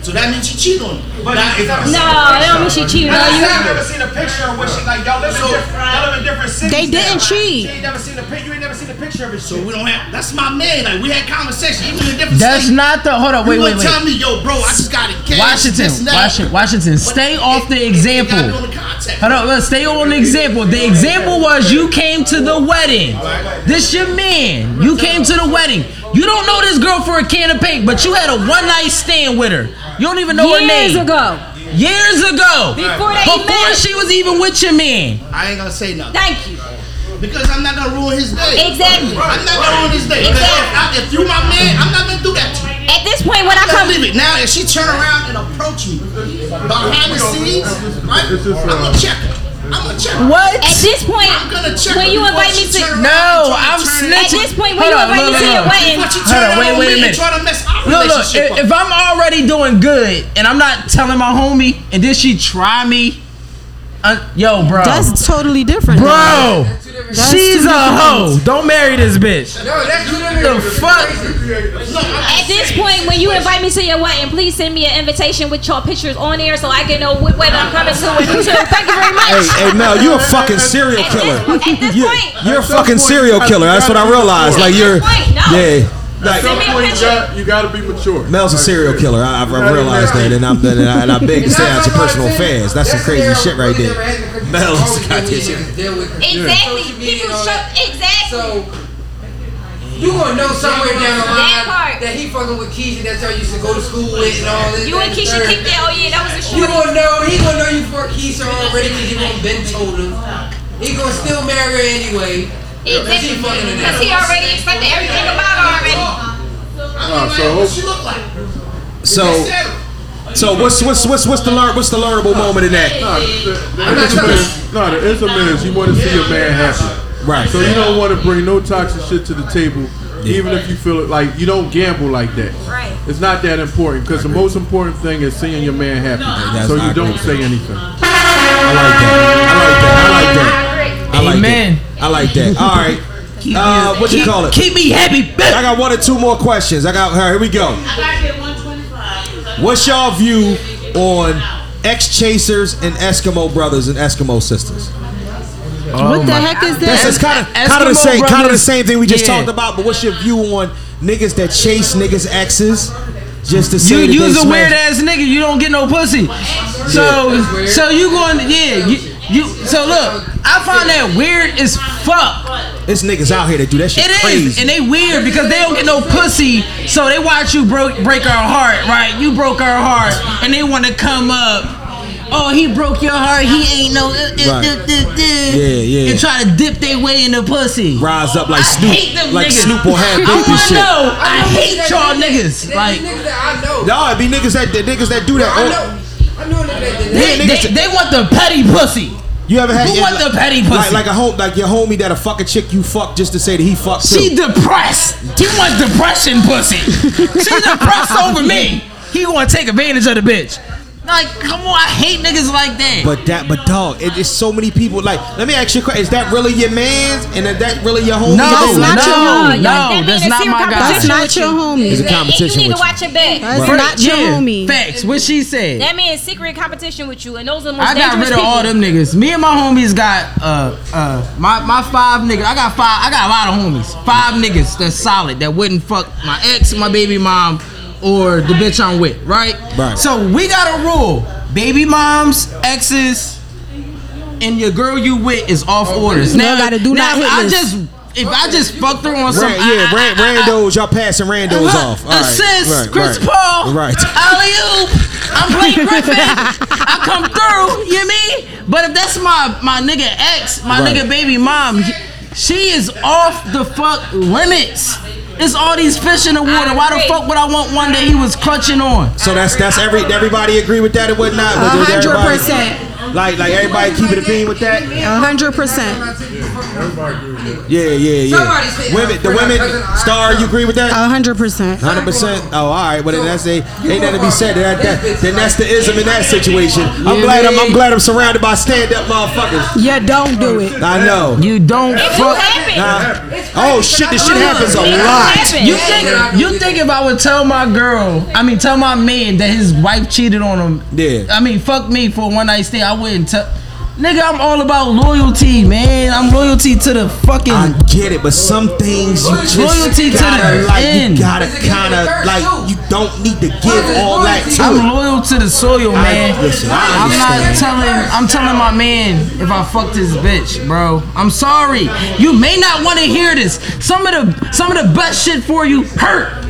S9: So that means you cheat on me. Now, if-
S4: No, that don't mean she cheated on you.
S1: never seen a picture of what she like. Y'all live in different, y'all live in different cities.
S2: They didn't cheat.
S1: ain't never seen a pic. You ain't never seen a picture of it.
S9: so we don't have. That's my man. Like we had conversation, even in different.
S3: That's
S9: state.
S3: not the. Hold up, wait,
S9: you
S3: wait,
S9: won't
S3: wait.
S9: Tell me, yo, bro, I just got engaged.
S3: Washington,
S9: this, and that.
S3: Washington, Washington.
S9: But
S3: Stay
S9: it-
S3: off
S9: it-
S3: the
S9: it- it
S3: example.
S9: gotta be on the context.
S3: Hold on, let's stay on the example. The example was you came to the wedding. This your man. You came to the wedding. You don't know this girl for a can of paint, but you had a one night stand with her. You don't even know her name.
S4: Years ago.
S3: Years ago.
S4: Before they
S3: Before
S4: met.
S3: she was even with your man.
S9: I ain't gonna say nothing
S4: Thank you.
S9: because I'm not gonna ruin his day.
S4: Exactly.
S9: I'm not gonna ruin his day. Because if, I, if you my man, I'm not gonna do that to you.
S4: At this point, when I
S9: I
S4: come,
S9: can't believe it. Now if she turn around and approach me behind the scenes, right? I'm gonna check her. I'm gonna check her.
S3: What?
S4: at this point,
S9: I'm gonna check
S4: when
S9: her
S4: you
S9: before
S4: invite
S9: she
S4: me to,
S9: turn around
S3: No, I'm
S9: and try to turn-
S4: at
S3: snitching.
S4: this point, when
S3: Hold
S4: you
S3: on,
S4: invite
S3: look,
S4: me to
S3: look,
S4: your
S3: look.
S4: wedding,
S9: But you
S3: Hold
S9: turn
S3: on, wait,
S9: on
S3: wait a
S9: me
S3: minute.
S9: and try to mess our
S3: Look, look,
S9: relationship up.
S3: if, if I'm already doing good and I'm not telling my homie and then she try me, uh, yo, bro.
S2: That's totally different.
S3: bro,
S2: That's
S3: she's
S2: two
S3: a
S2: different
S3: hoe. Don't marry this bitch.
S6: No, that's what it
S3: The
S6: is.
S3: fuck?
S4: at this point, when you invite me to your wedding, please send me an invitation with your pictures on there so I can know what wedding I'm coming to. And you too. Thank you very
S1: Hey,
S4: much.
S1: hey, Mel, you a fucking serial
S4: At
S1: killer.
S4: this point, at this
S1: You,
S4: point,
S1: you're a
S5: At some
S1: fucking
S5: point,
S1: serial
S5: you
S1: killer. That's what I
S5: gotta be
S1: realized. Like you're,
S4: Wait, no.
S1: yeah. Like,
S4: Send me a
S5: point, you
S4: picture.
S5: got, you got to be mature.
S1: Mel's a serial killer. I, I've I've realized that, and I'm and I, and I beg to stay out your personal affairs. That's some crazy shit right there. Mel's got this shit.
S4: exactly.
S6: Social media
S4: People
S6: and all
S4: show
S6: that.
S4: exactly.
S6: So you gonna know somewhere down the
S4: That part.
S6: line that he fucking with Keisha that's y'all used to go to school with and all this.
S4: you and
S6: that,
S4: Keisha
S6: third.
S4: kicked that. Oh yeah, that was a
S6: You
S4: short.
S6: gonna know he gonna know you for Keisha already because you gonna been told him. He gonna still marry her anyway.
S4: Exactly.
S6: She fucking in there.
S4: Because he already accepted everything about her already.
S5: Uh, so
S9: What she look like?
S1: So, so what's what's what's what's the learn what's the learnable moment in that?
S5: Nah, the- the intimate- nah, the intimate is you want to see your man happy.
S1: Right.
S5: So you don't want to bring no toxic shit to the table, even if you feel it like you don't gamble like that.
S4: Right.
S5: It's not that important because the most important thing is seeing your man happy.
S1: that's-
S5: So
S1: I
S5: you don't
S1: agree.
S5: say anything.
S1: I like that.
S4: I agree.
S1: I like that. I like that. I like
S3: Amen.
S1: that. I like that. All right. Uh, what you
S3: keep,
S1: call it?
S3: Keep me happy, bitch.
S1: I got one or two more questions. I got all right, Here we go.
S7: I gotta get 125.
S1: What's y'all view on ex chasers and Eskimo brothers and Eskimo sisters?
S2: What the heck is
S1: That's, that's
S2: that?
S1: kind of
S3: Es-
S1: kind of the
S3: Eskimo
S1: same kind of the
S3: brothers-
S1: same thing we just
S3: yeah.
S1: talked about. But what's your view on niggas that chase niggas exes just to
S3: You
S1: say that they
S3: use a
S1: smash-
S3: weird ass nigga. You don't get no pussy. So so you going yeah. You, You so look, I find that weird as fuck.
S1: It's niggas out here that do that shit
S3: It is,
S1: crazy.
S3: and they weird because they don't get no pussy, so they watch you broke break our heart, right? You broke our heart, and they want to come up. Oh, he broke your heart. He ain't no. Uh,
S1: Right.
S3: uh, uh, uh, uh,"
S1: Yeah, yeah.
S3: And try to dip their way in the pussy.
S1: Rise up like
S3: I
S1: Snoop,
S3: hate them
S1: like
S3: niggas.
S1: Snoop on
S3: I
S1: half
S3: don't
S1: baked and
S3: wanna
S1: shit.
S3: know. I hate y'all niggas. Like
S6: niggas that I know.
S1: No, it be niggas that, that niggas that do that.
S6: I
S1: Oh,
S6: know. I know a nigga that did that.
S3: they, they,
S1: niggas-
S3: they want the petty pussy.
S1: You ever had
S3: Who want the petty
S1: Like,
S3: pussy?
S1: like a home, like your homie that a fuck a chick you fuck just to say that he fucked
S3: She
S1: too.
S3: depressed. He wants depression pussy. She depressed over me. He gonna take advantage of the bitch. Like, come on, I hate niggas like that.
S1: But that, but dog, it, it's so many people. Like, let me ask you a question: Is that really your man's, and is that really your homie?
S3: no,
S1: It's not-
S2: not your
S3: no,
S2: homie.
S3: no,
S4: That mean
S3: that's
S4: it's
S3: not
S4: serious
S3: my guy.
S2: That's not your homie.
S1: It's a competition
S4: You need
S1: with
S4: to watch your back.
S2: That's not your
S3: Yeah,
S2: homie.
S3: Facts. What she said.
S4: That means secret competition with you, and those are the most
S3: I got rid
S4: dangerous
S3: of all
S4: people.
S3: them niggas. Me and my homies got uh uh my my five niggas. I got five. I got a lot of homies. Five niggas that's solid that wouldn't fuck my ex, my baby mom, or the bitch I'm with. Right.
S1: Right.
S3: So we got a rule: baby moms, exes, and your girl you with is off orders.
S2: You gotta do
S3: now
S2: not hit
S3: if I
S2: list.
S3: just if I just fucked her on some
S1: Ran, yeah, ran, randos, y'all passing randos
S3: uh-huh.
S1: off. All right,
S3: Assist,
S1: right,
S3: Chris
S1: right.
S3: Paul.
S1: Right.
S3: Alley oop. I'm playing Griffin. I come through. You mean? But if that's my my nigga ex, my
S1: Right.
S3: nigga baby mom, she is off the fuck limits. It's all these fish in the water. Why the
S4: agree.
S3: fuck would I want one that he was clutching on?
S1: So that's that's every everybody agree with that and whatnot.
S2: A
S1: But did
S2: hundred
S1: everybody-
S2: percent.
S1: Like like everybody keep it a beam with that.
S2: A hundred percent.
S1: Yeah, yeah,
S6: Somebody say
S1: yeah.
S6: that
S1: Women, the
S6: for that
S1: women
S6: cousin, I
S1: star.
S6: know.
S1: You agree with that?
S2: A hundred percent.
S1: Hundred percent. Oh, all right. Well, then that's a ain't nothing to be said. That, that, then that's the ism in that situation. I'm
S3: Yeah,
S1: glad I'm, I'm
S3: man.
S1: glad I'm surrounded by stand up motherfuckers.
S2: Yeah, don't do it.
S1: I know.
S3: You don't
S4: It do
S3: fuck.
S4: happen.
S1: Nah. Oh shit, this shit happens a
S4: It do
S1: lot.
S4: happen.
S3: You think you think if I would tell my girl, I mean tell my man that his wife cheated on him.
S1: Yeah.
S3: I mean fuck me for a one night stand. I wouldn't tell. Nigga, I'm all about loyalty, man. I'm loyalty to the fucking.
S1: I get it, but some things you just
S3: Loyalty to
S1: gotta,
S3: the
S1: like,
S3: end.
S1: You gotta kind of like you don't need to give all that
S3: I'm
S1: to it.
S3: loyal to the soil, man. I,
S1: listen, I
S3: am not
S1: understand.
S3: telling. I'm telling my man if I fucked his bitch, bro. I'm sorry. You may not want to hear this. Some of the some of the best shit for you hurt.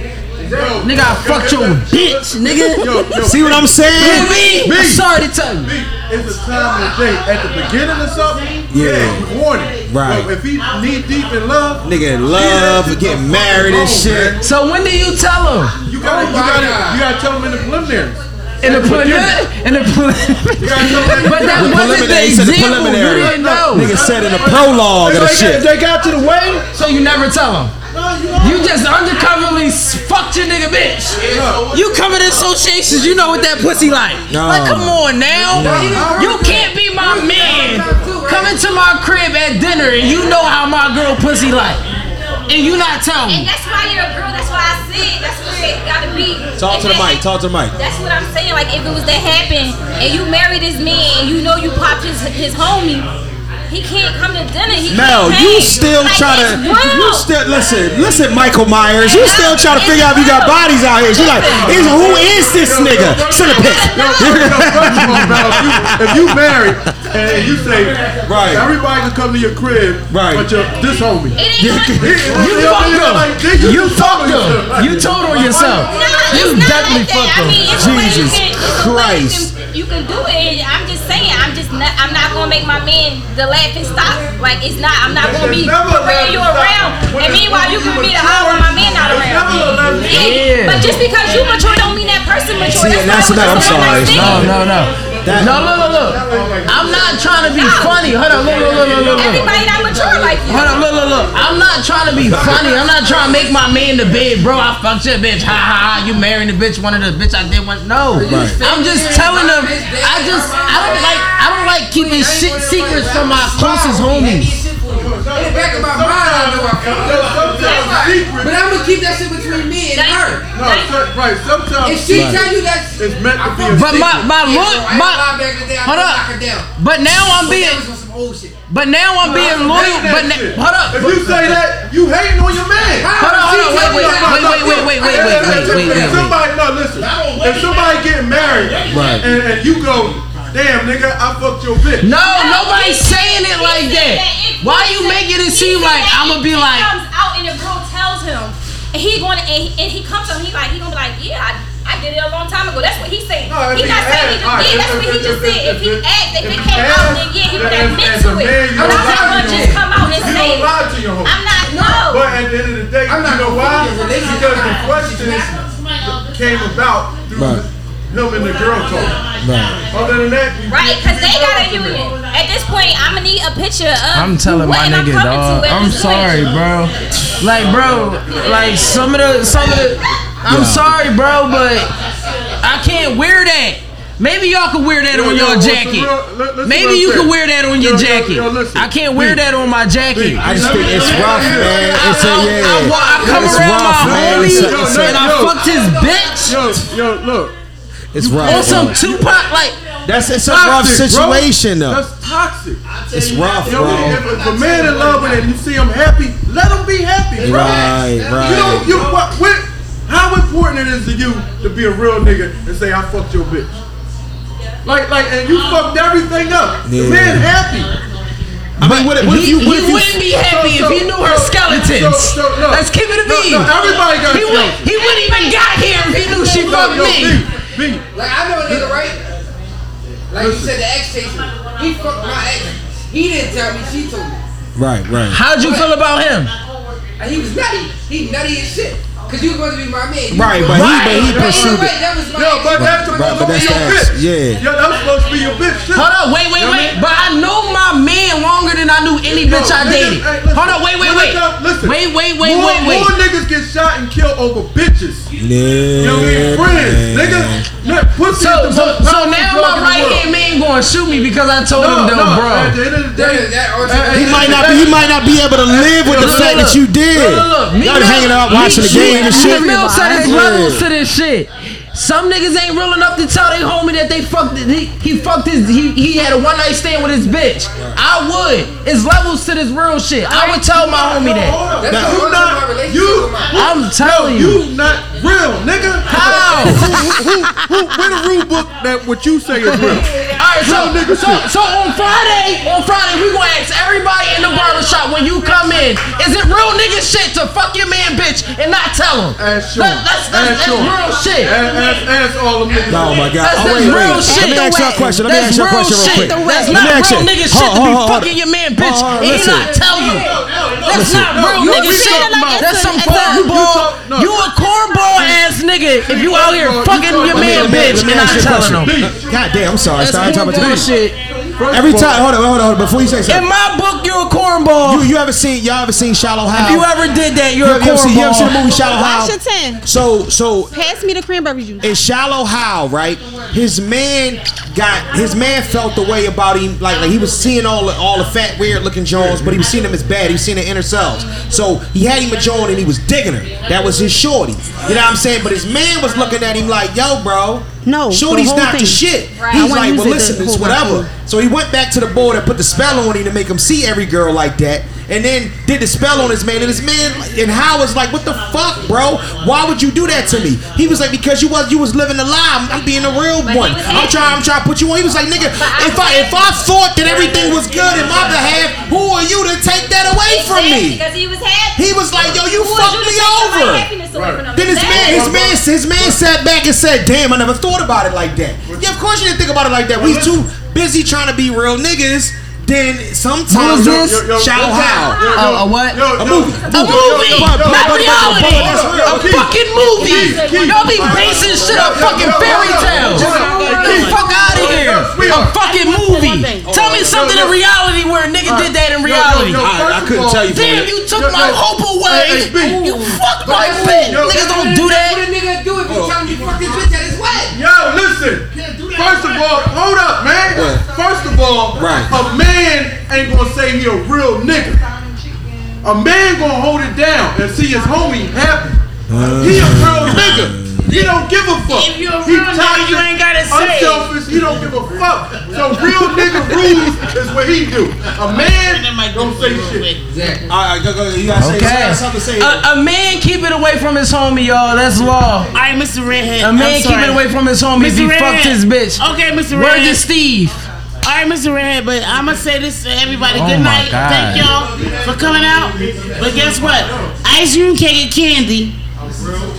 S3: Nigga, I fucked your bitch, nigga.
S5: Yo, yo,
S1: See what I'm
S3: You
S1: saying?
S3: mean?
S5: Me.
S3: I'm sorry to tell you.
S5: It's a time of day. At the beginning of something,
S1: Yeah.
S5: yeah, you warn it.
S1: Right.
S5: Yo, if he knee deep in love,
S1: Nigga in love, getting married and shit.
S3: So when do you tell him?
S5: you gotta, you gotta, you gotta tell him in the preliminaries.
S3: In the
S5: At beginning.
S3: preliminary? In the
S5: You
S3: preliminary?
S5: gotta tell him in the
S3: But that
S5: preliminary.
S3: wasn't the
S1: preliminary, he said the
S3: example. You
S1: preliminary.
S3: didn't know.
S1: Nigga said in the prologue of the
S5: If they got-
S1: shit.
S5: if They got to the wedding.
S3: So you never tell him.
S5: No, you
S3: You just undercoverly s- fucked your nigga bitch.
S5: know.
S3: You coming in associations, you know what that pussy like.
S1: No.
S3: Like, come on now. You can't be my man. Coming to my crib at dinner and you know how my girl pussy like. And you not tell
S4: And
S3: me.
S4: that's why you're a girl. That's why I said that's what it gotta be.
S1: Talk
S4: If
S1: to the
S4: that-
S1: mic. Talk to the mic.
S4: That's what I'm saying. Like if it was to happen, and you marry this man, and you know you popped his his homie, he can't come to dinner. He
S1: Mel,
S4: can't
S1: you
S4: hang.
S1: still
S4: like,
S1: try
S4: it's
S1: to you
S4: wild.
S1: still listen, listen, Michael Myers, you still trying to figure out if you got bodies out here. She like, is who is this nigga? Send a
S5: Yo,
S1: pic.
S5: first of all, Mel, if you, if you married and you say,
S1: Right.
S5: everybody can come to your crib,
S1: Right.
S5: but your this homie.
S4: It ain't gonna-
S5: You
S3: fucked him. You fucked him. You told on yourself.
S4: No, it's
S3: You
S4: not
S3: definitely
S4: like that.
S3: fucked
S4: I mean, it's a way you
S1: Jesus
S4: can, it's a way you
S1: Christ.
S4: can, you can do it. And I'm just saying, I'm just not, I'm not gonna make my man the laughing stock. Like it's not, I'm not gonna be
S5: It's never a
S4: bringing you
S5: laughing
S4: around.
S5: stock.
S4: And meanwhile, you can be the hoe when my man not
S5: It's
S4: around.
S5: never a laughing
S4: Yeah,
S3: stock.
S4: But just because you mature don't mean that person mature.
S1: See, and that's
S4: that's why
S1: not-
S4: I was
S1: I'm sorry.
S4: just saying.
S3: No, no, no.
S1: That-
S3: no, look, look, look. I'm not trying to be funny. Hold on, look, look, look, look, look, look.
S4: Everybody not mature like you.
S3: Hold on, look, look, look. I'm not trying to be funny. I'm not trying to make my man the bed, bro. I fucked your bitch. Ha ha ha. You marrying the bitch. One of the bitch I did one. No.
S1: Right.
S3: I'm just telling them. I just. I don't like. I don't like keeping shit secrets from my closest homies.
S6: In the back of my mind, I know I fucked up. But
S5: Sometimes
S6: I'm gonna keep that shit between me and her.
S5: No, so- right. Sometimes
S6: If she tell you that,
S5: it's meant to be a
S3: But my my
S6: Yeah,
S3: look.
S6: bro, I ain't
S3: My.
S6: gonna lie, back in the day, I
S3: Hold
S6: could
S3: up.
S6: knock her down.
S3: But now I'm
S6: But that
S3: being.
S6: was on some old shit.
S3: But now I'm being loyal. But na-
S5: Shit.
S3: hold up.
S5: If you say that, you hating on your man.
S3: Hold on, hold on, wait, wait, wait, wait, wait, wait, wait, wait, wait, wait, wait,
S5: If
S3: wait.
S5: somebody, no, listen. If somebody getting married
S1: Right.
S5: and, and you go, damn nigga, I fucked your bitch.
S3: No, nobody's saying it like that. Why you making it seem like I'm gonna be
S10: He
S3: like,
S10: comes out and the girl tells him, and he going to and, and he comes out. and He like he gonna be like, yeah, I, I did it a long time ago. That's what he's saying.
S5: No, if
S10: He's
S5: he
S10: not saying he just
S5: asked, all right,
S10: did. That's
S5: if-
S10: what he
S5: if-
S10: just
S5: if-
S10: said. If he
S5: if-
S10: asked, if
S5: if
S10: it
S5: he
S10: came out, then
S5: asked,
S10: yeah, he would
S5: then
S10: have
S5: as-
S10: meant
S5: as
S10: to
S5: a man,
S10: it.
S5: you
S10: But I'm
S5: don't
S10: not
S5: lie
S10: gonna
S5: to your
S10: just
S5: hoe.
S10: come out and
S5: You
S10: say,
S5: don't lie to your hoe.
S10: I'm not no.
S5: But at the end of the day,
S6: I'm
S5: you
S6: not
S5: know why?
S6: confused.
S5: Because the questions came about through
S1: Right.
S5: him and the girl talk.
S1: Right.
S5: Other than that, you
S10: Right, because they got a
S5: you be
S10: union. At this point, I'm gonna need a picture of.
S3: I'm telling my
S10: what am I
S3: nigga,
S10: coming
S3: dog.
S10: to at
S3: I'm
S10: this point.
S3: sorry, bro. Like, bro, like some of the, some of the. I'm sorry, bro, but I can't wear that. Maybe y'all can wear that
S5: Yo,
S3: on
S5: yo,
S3: your
S5: what's the
S3: jacket.
S5: real- li- listen
S3: Maybe
S5: what I'm
S3: you can
S5: saying.
S3: wear that on
S5: Yo,
S3: your
S5: yo,
S3: jacket.
S5: yo, listen.
S3: I can't wear that on my jacket.
S1: I just think it's rough, man. It's a
S3: I, I,
S1: yeah.
S3: wa- I come
S1: it's
S3: around
S1: rough,
S3: my
S1: man.
S3: homies
S1: It's, a, it's,
S3: and
S1: a,
S3: I
S5: yo.
S3: fucked his bitch
S5: Yo, yo, look.
S1: it's rough.
S3: on some
S1: bro.
S3: Tupac. Like,
S1: That's it's a rough
S5: Toxic, bro.
S1: situation though.
S5: That's toxic.
S1: It's rough,
S5: Yo, if,
S1: bro.
S5: if a man in love with it and you see him happy, let him be happy, bro.
S1: Right,
S5: You don't,
S1: right.
S5: you, what, what, how important it is to you to be a real nigga and say, I fucked your bitch. Like, like, and you fucked everything up.
S1: Yeah.
S5: The man happy.
S1: I mean, what if, what if
S3: he,
S1: you?
S3: he
S1: What if you?
S3: wouldn't be happy
S5: So-
S3: if he
S5: so-
S3: knew her
S5: so-
S3: skeletons.
S5: so- so- no.
S3: Let's keep it a
S5: No,
S3: bean.
S5: no, everybody got
S3: he, would,
S5: skeletons.
S3: he wouldn't even got here if he knew she
S5: Yo,
S3: fucked
S5: yo,
S3: me.
S5: B, B,
S6: Like I know a nigga, right? Like you said, the ex chased me. He fucked my ex. He didn't tell me. She told me.
S1: Right, right.
S3: How'd you feel about him?
S6: And he was nutty. He nutty as shit. Cause you supposed to be my man. You
S1: Right,
S6: supposed-
S1: but he- but he
S6: Right,
S1: pursued
S6: right,
S1: it.
S6: That was my
S5: Yo,
S6: ex.
S5: but that's
S1: Right,
S5: supposed
S1: but
S5: to be
S1: that's
S5: your
S1: the ex,
S5: bitch.
S1: yeah.
S5: Yo, that's supposed to be your bitch. too.
S3: Hold up, wait, wait,
S5: Yo,
S3: wait.
S5: man.
S3: But I knew my man longer than I knew any bitch I
S5: Yo, niggas-
S3: dated.
S5: hey, listen.
S3: Hold up, wait, wait,
S5: When
S3: wait.
S5: it come- Listen,
S3: Wait, wait, wait,
S5: more,
S3: wait,
S5: More
S3: wait.
S5: niggas get shot and killed over bitches. You know what I mean?
S1: Yeah,
S5: Friends,
S1: man.
S5: nigga. Look, Pussy is
S3: So,
S5: the
S3: so,
S5: most
S3: so
S5: powerful
S3: now
S5: drug
S3: my
S5: in the
S3: right
S5: world.
S3: hand man gonna shoot me because I told him, though, bro.
S5: At the end of the day,
S6: That- that or-
S5: at-
S1: He
S5: at
S1: might
S5: the
S1: not be.
S5: end
S1: He
S5: of
S1: might not be able to live with the
S3: Look,
S1: fact
S3: look,
S1: that you
S3: look.
S1: did.
S3: Look, look, look.
S1: Y'all
S3: Meek
S1: hanging
S3: Mill-
S1: out watching the
S3: Meek-
S1: game and
S3: Meek
S1: shit.
S3: Mill said his
S1: Yeah.
S3: levels to this shit. Some niggas ain't real enough to tell they homie that they fucked. He, he fucked his. He, he had a one night stand with his bitch. I would. It's levels to this real shit. I would tell my homie that.
S5: Hold up.
S6: That's
S5: you
S6: the
S5: not
S6: origin of my relationship
S5: you.
S6: with my-
S3: I'm
S5: No,
S3: telling you.
S5: you not real, nigga.
S3: How?
S5: Where the rule book that what you say is
S3: All
S5: real?
S3: right, so, so so on Friday, on Friday we gonna ask everybody in the barber shop when you come in, is it real nigga shit to fuck your man bitch and not tell him?
S5: Ass sure.
S3: That- that's that's,
S5: Ass
S3: that's
S5: sure.
S3: real shit.
S5: Ass, ass, ass all them niggas.
S1: Oh my God!
S3: That's,
S1: oh,
S3: that's
S1: wait,
S3: real
S1: wait.
S3: shit.
S1: Let me ask y'all a question. Let me
S3: That's
S1: ask y'all a
S3: real
S1: question real
S3: shit.
S1: quick.
S3: That's
S1: Let
S3: not
S1: me ask
S3: real
S1: you-
S3: nigga
S1: Hold on,
S3: shit to be
S1: hold on, hold on.
S3: fucking your man, bitch,
S1: Hold on,
S3: and he
S1: listen.
S3: not tell you. That's
S1: Listen.
S3: not real
S5: You
S3: nigga
S5: treat
S3: shit.
S5: it like
S3: That's
S5: it's
S3: some
S5: a- it's a-
S3: cornball.
S5: You- you-
S3: You a cornball ass nigga if you out here
S5: You
S3: fucking
S5: talk-
S3: your
S5: Let me-
S3: man,
S1: let me-
S3: bitch,
S1: let me
S3: and not
S1: ask you a
S3: telling him.
S1: question. God damn! I'm sorry.
S3: That's
S1: Sorry, I'm talking about
S3: cornball
S1: you.
S3: shit.
S1: Every time, hold on, hold on, hold on. Before you say
S3: In
S1: something,
S3: my book, you're a cornball.
S1: you, you ever seen y'all ever seen Shallow Hal?
S3: If you ever did that, you're
S1: you,
S3: a
S1: ever- you ever seen, you ever seen the
S3: cornball.
S1: movie Shallow Hal?
S2: Washington,
S1: So so
S2: pass me the cranberry juice.
S1: in Shallow Hal, right? His man got his man felt the way about him, like like he was seeing all the, all the fat, weird looking Jones, but he was seeing them as bad. He was seeing their inner selves. So he had him a Joan and he was digging her. That was his shorty. You know what I'm saying? But his man was looking at him like, yo, bro.
S2: No, the
S1: Shorty's
S2: whole
S1: not
S2: thing.
S1: the shit.
S2: Right. I
S1: He's
S2: wanna
S1: like,
S2: use
S1: well,
S2: it to
S1: listen, it's
S2: hold my
S1: whatever.
S2: food.
S1: So he went back to the board and put the spell on him to make him see every girl like that, and then did the spell on his man. And his man and Howard's like, "What the fuck, bro? Why would you do that to me?" He was like, "Because you was you was living a lie. I'm, I'm being a real
S4: But he
S1: one.
S4: was
S1: I'm trying I'm trying to put you on." He was like, "Nigga,
S4: I-
S1: if I if I thought that everything was good in my behalf, who are you to take that away from me?"
S4: Because he was happy.
S1: He was like, "Yo, you
S4: Who
S1: fucked
S4: would
S1: me
S4: you take my
S1: over."
S4: happiness away from him?
S1: Then his man,
S4: Exactly.
S1: his man, his man sat back and said, "Damn, I never thought about it like that." Yeah, of course you didn't think about it like that. We too busy trying to be real niggas. Then sometimes
S3: Who is this?
S1: shout out.
S3: A- a what?
S5: Yo,
S1: A
S5: yo,
S1: movie.
S5: yo,
S3: A
S5: yo,
S3: movie,
S5: yo,
S3: not
S5: yo, yo,
S3: reality.
S5: yo, yo, yo,
S3: A
S5: Keith,
S3: fucking movie.
S5: Keith, Keith.
S3: Y'all be basing shit on fucking fairy tales. Get the fuck out of here. A fucking movie. Tell me something in reality where a nigga did that in reality.
S5: Yo, yo, yo, first
S1: I- I couldn't
S5: of all-
S1: tell you
S3: Damn, you took
S5: Yo,
S3: my
S5: yo,
S3: hope away.
S5: hey, hey, B.
S3: You fucked my
S6: But
S3: bitch.
S5: yo,
S3: Niggas don't do
S6: What
S3: that.
S6: a nigga do if you tell him you fucked his bitch at his wedding?
S5: Yo, listen. First of all, hold up, man.
S1: What?
S5: First of all,
S1: Right.
S5: a man ain't gonna say he a real nigga. A man gonna hold it down and see his homie happy. He a real nigga. He don't give a fuck.
S7: If you're a
S5: He
S7: real nigga,
S5: toxic,
S7: you ain't gotta say it.
S5: Unselfish. He don't give a fuck. So real nigga rules is what he do. A man don't say shit.
S6: Exactly.
S1: All right, go, go. You gotta say, you
S3: Okay.
S1: got something to say.
S3: A, a man keep it away from his homie, y'all. That's law.
S7: All right, Mr. Redhead.
S3: A
S7: I'm
S3: man keep
S7: sorry.
S3: it away from his homie if
S7: Mr.
S3: he
S7: Redhead.
S3: fucked his bitch.
S7: Okay, Mr.
S3: Word to
S7: Redhead.
S3: Steve.
S7: All right, Mr. Redhead, but I'm gonna say this to everybody.
S3: Oh
S7: Good
S3: my
S7: night.
S3: God.
S7: Thank y'all for coming out. But guess what? Ice cream cake and candy.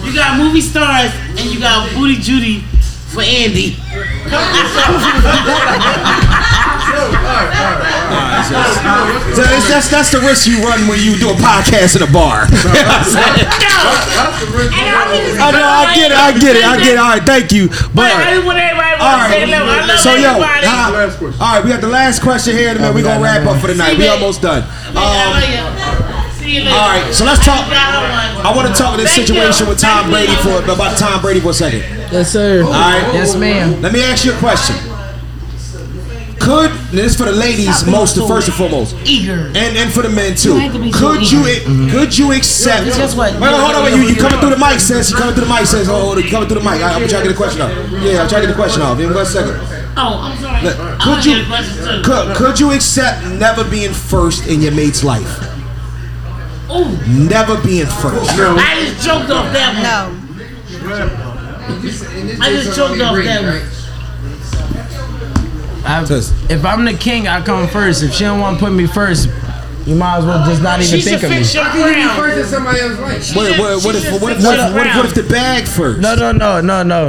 S7: You got movie stars and you got Booty Judy for Andy.
S1: So that's, that's, that's the risk you run when you do a podcast in a bar.
S10: And I think it's
S1: I know, I get it, I get it, I get it. All right, thank you. But,
S7: I just want everybody to
S1: all
S7: say love. I
S1: right.
S7: love
S1: So, yo,
S7: everybody.
S1: uh,
S5: Last question.
S1: all right, we got the last question here, and then we're going to wrap up for the night. we almost done. Um,
S7: I love you. See you later.
S1: all right, so let's talk. I
S7: I
S1: want to talk this
S7: Thank
S1: situation
S7: you.
S1: with Tom
S7: Thank
S1: Brady
S7: you.
S1: for about Tom Brady for a second.
S3: Yes, sir.
S1: All right.
S3: Yes, ma'am.
S1: Let me ask you a question. Could this is for the ladies most first and foremost,
S7: Eager.
S1: and and for the men too?
S7: have to be so
S1: Could you could you accept?
S7: Guess what?
S1: Wait, wait, hold on, wait, you you coming through the mic, sis? You coming through the mic, sis? Hold on, you coming through the mic? All right, I'm trying to get a question off. Yeah, I'm trying to get a question off. In one second.
S7: Oh, I'm sorry.
S1: Look,
S7: I
S1: could
S7: wanna
S1: you
S7: get a question too.
S1: could, could you accept never being first in your mate's life?
S7: Ooh,
S1: Never being first.
S7: I just joked off that one.
S2: No.
S7: I just joked off that one.
S3: I, if I'm the king, I come first. If she don't want to put me first, you might as well just not even
S7: She should
S3: think of me.
S7: fix your
S6: You
S7: crown.
S6: first in somebody else's life.
S1: What, what, what, if, what, if, what, if, what, if, what if the bag first?
S3: No, no, no, no, no, no,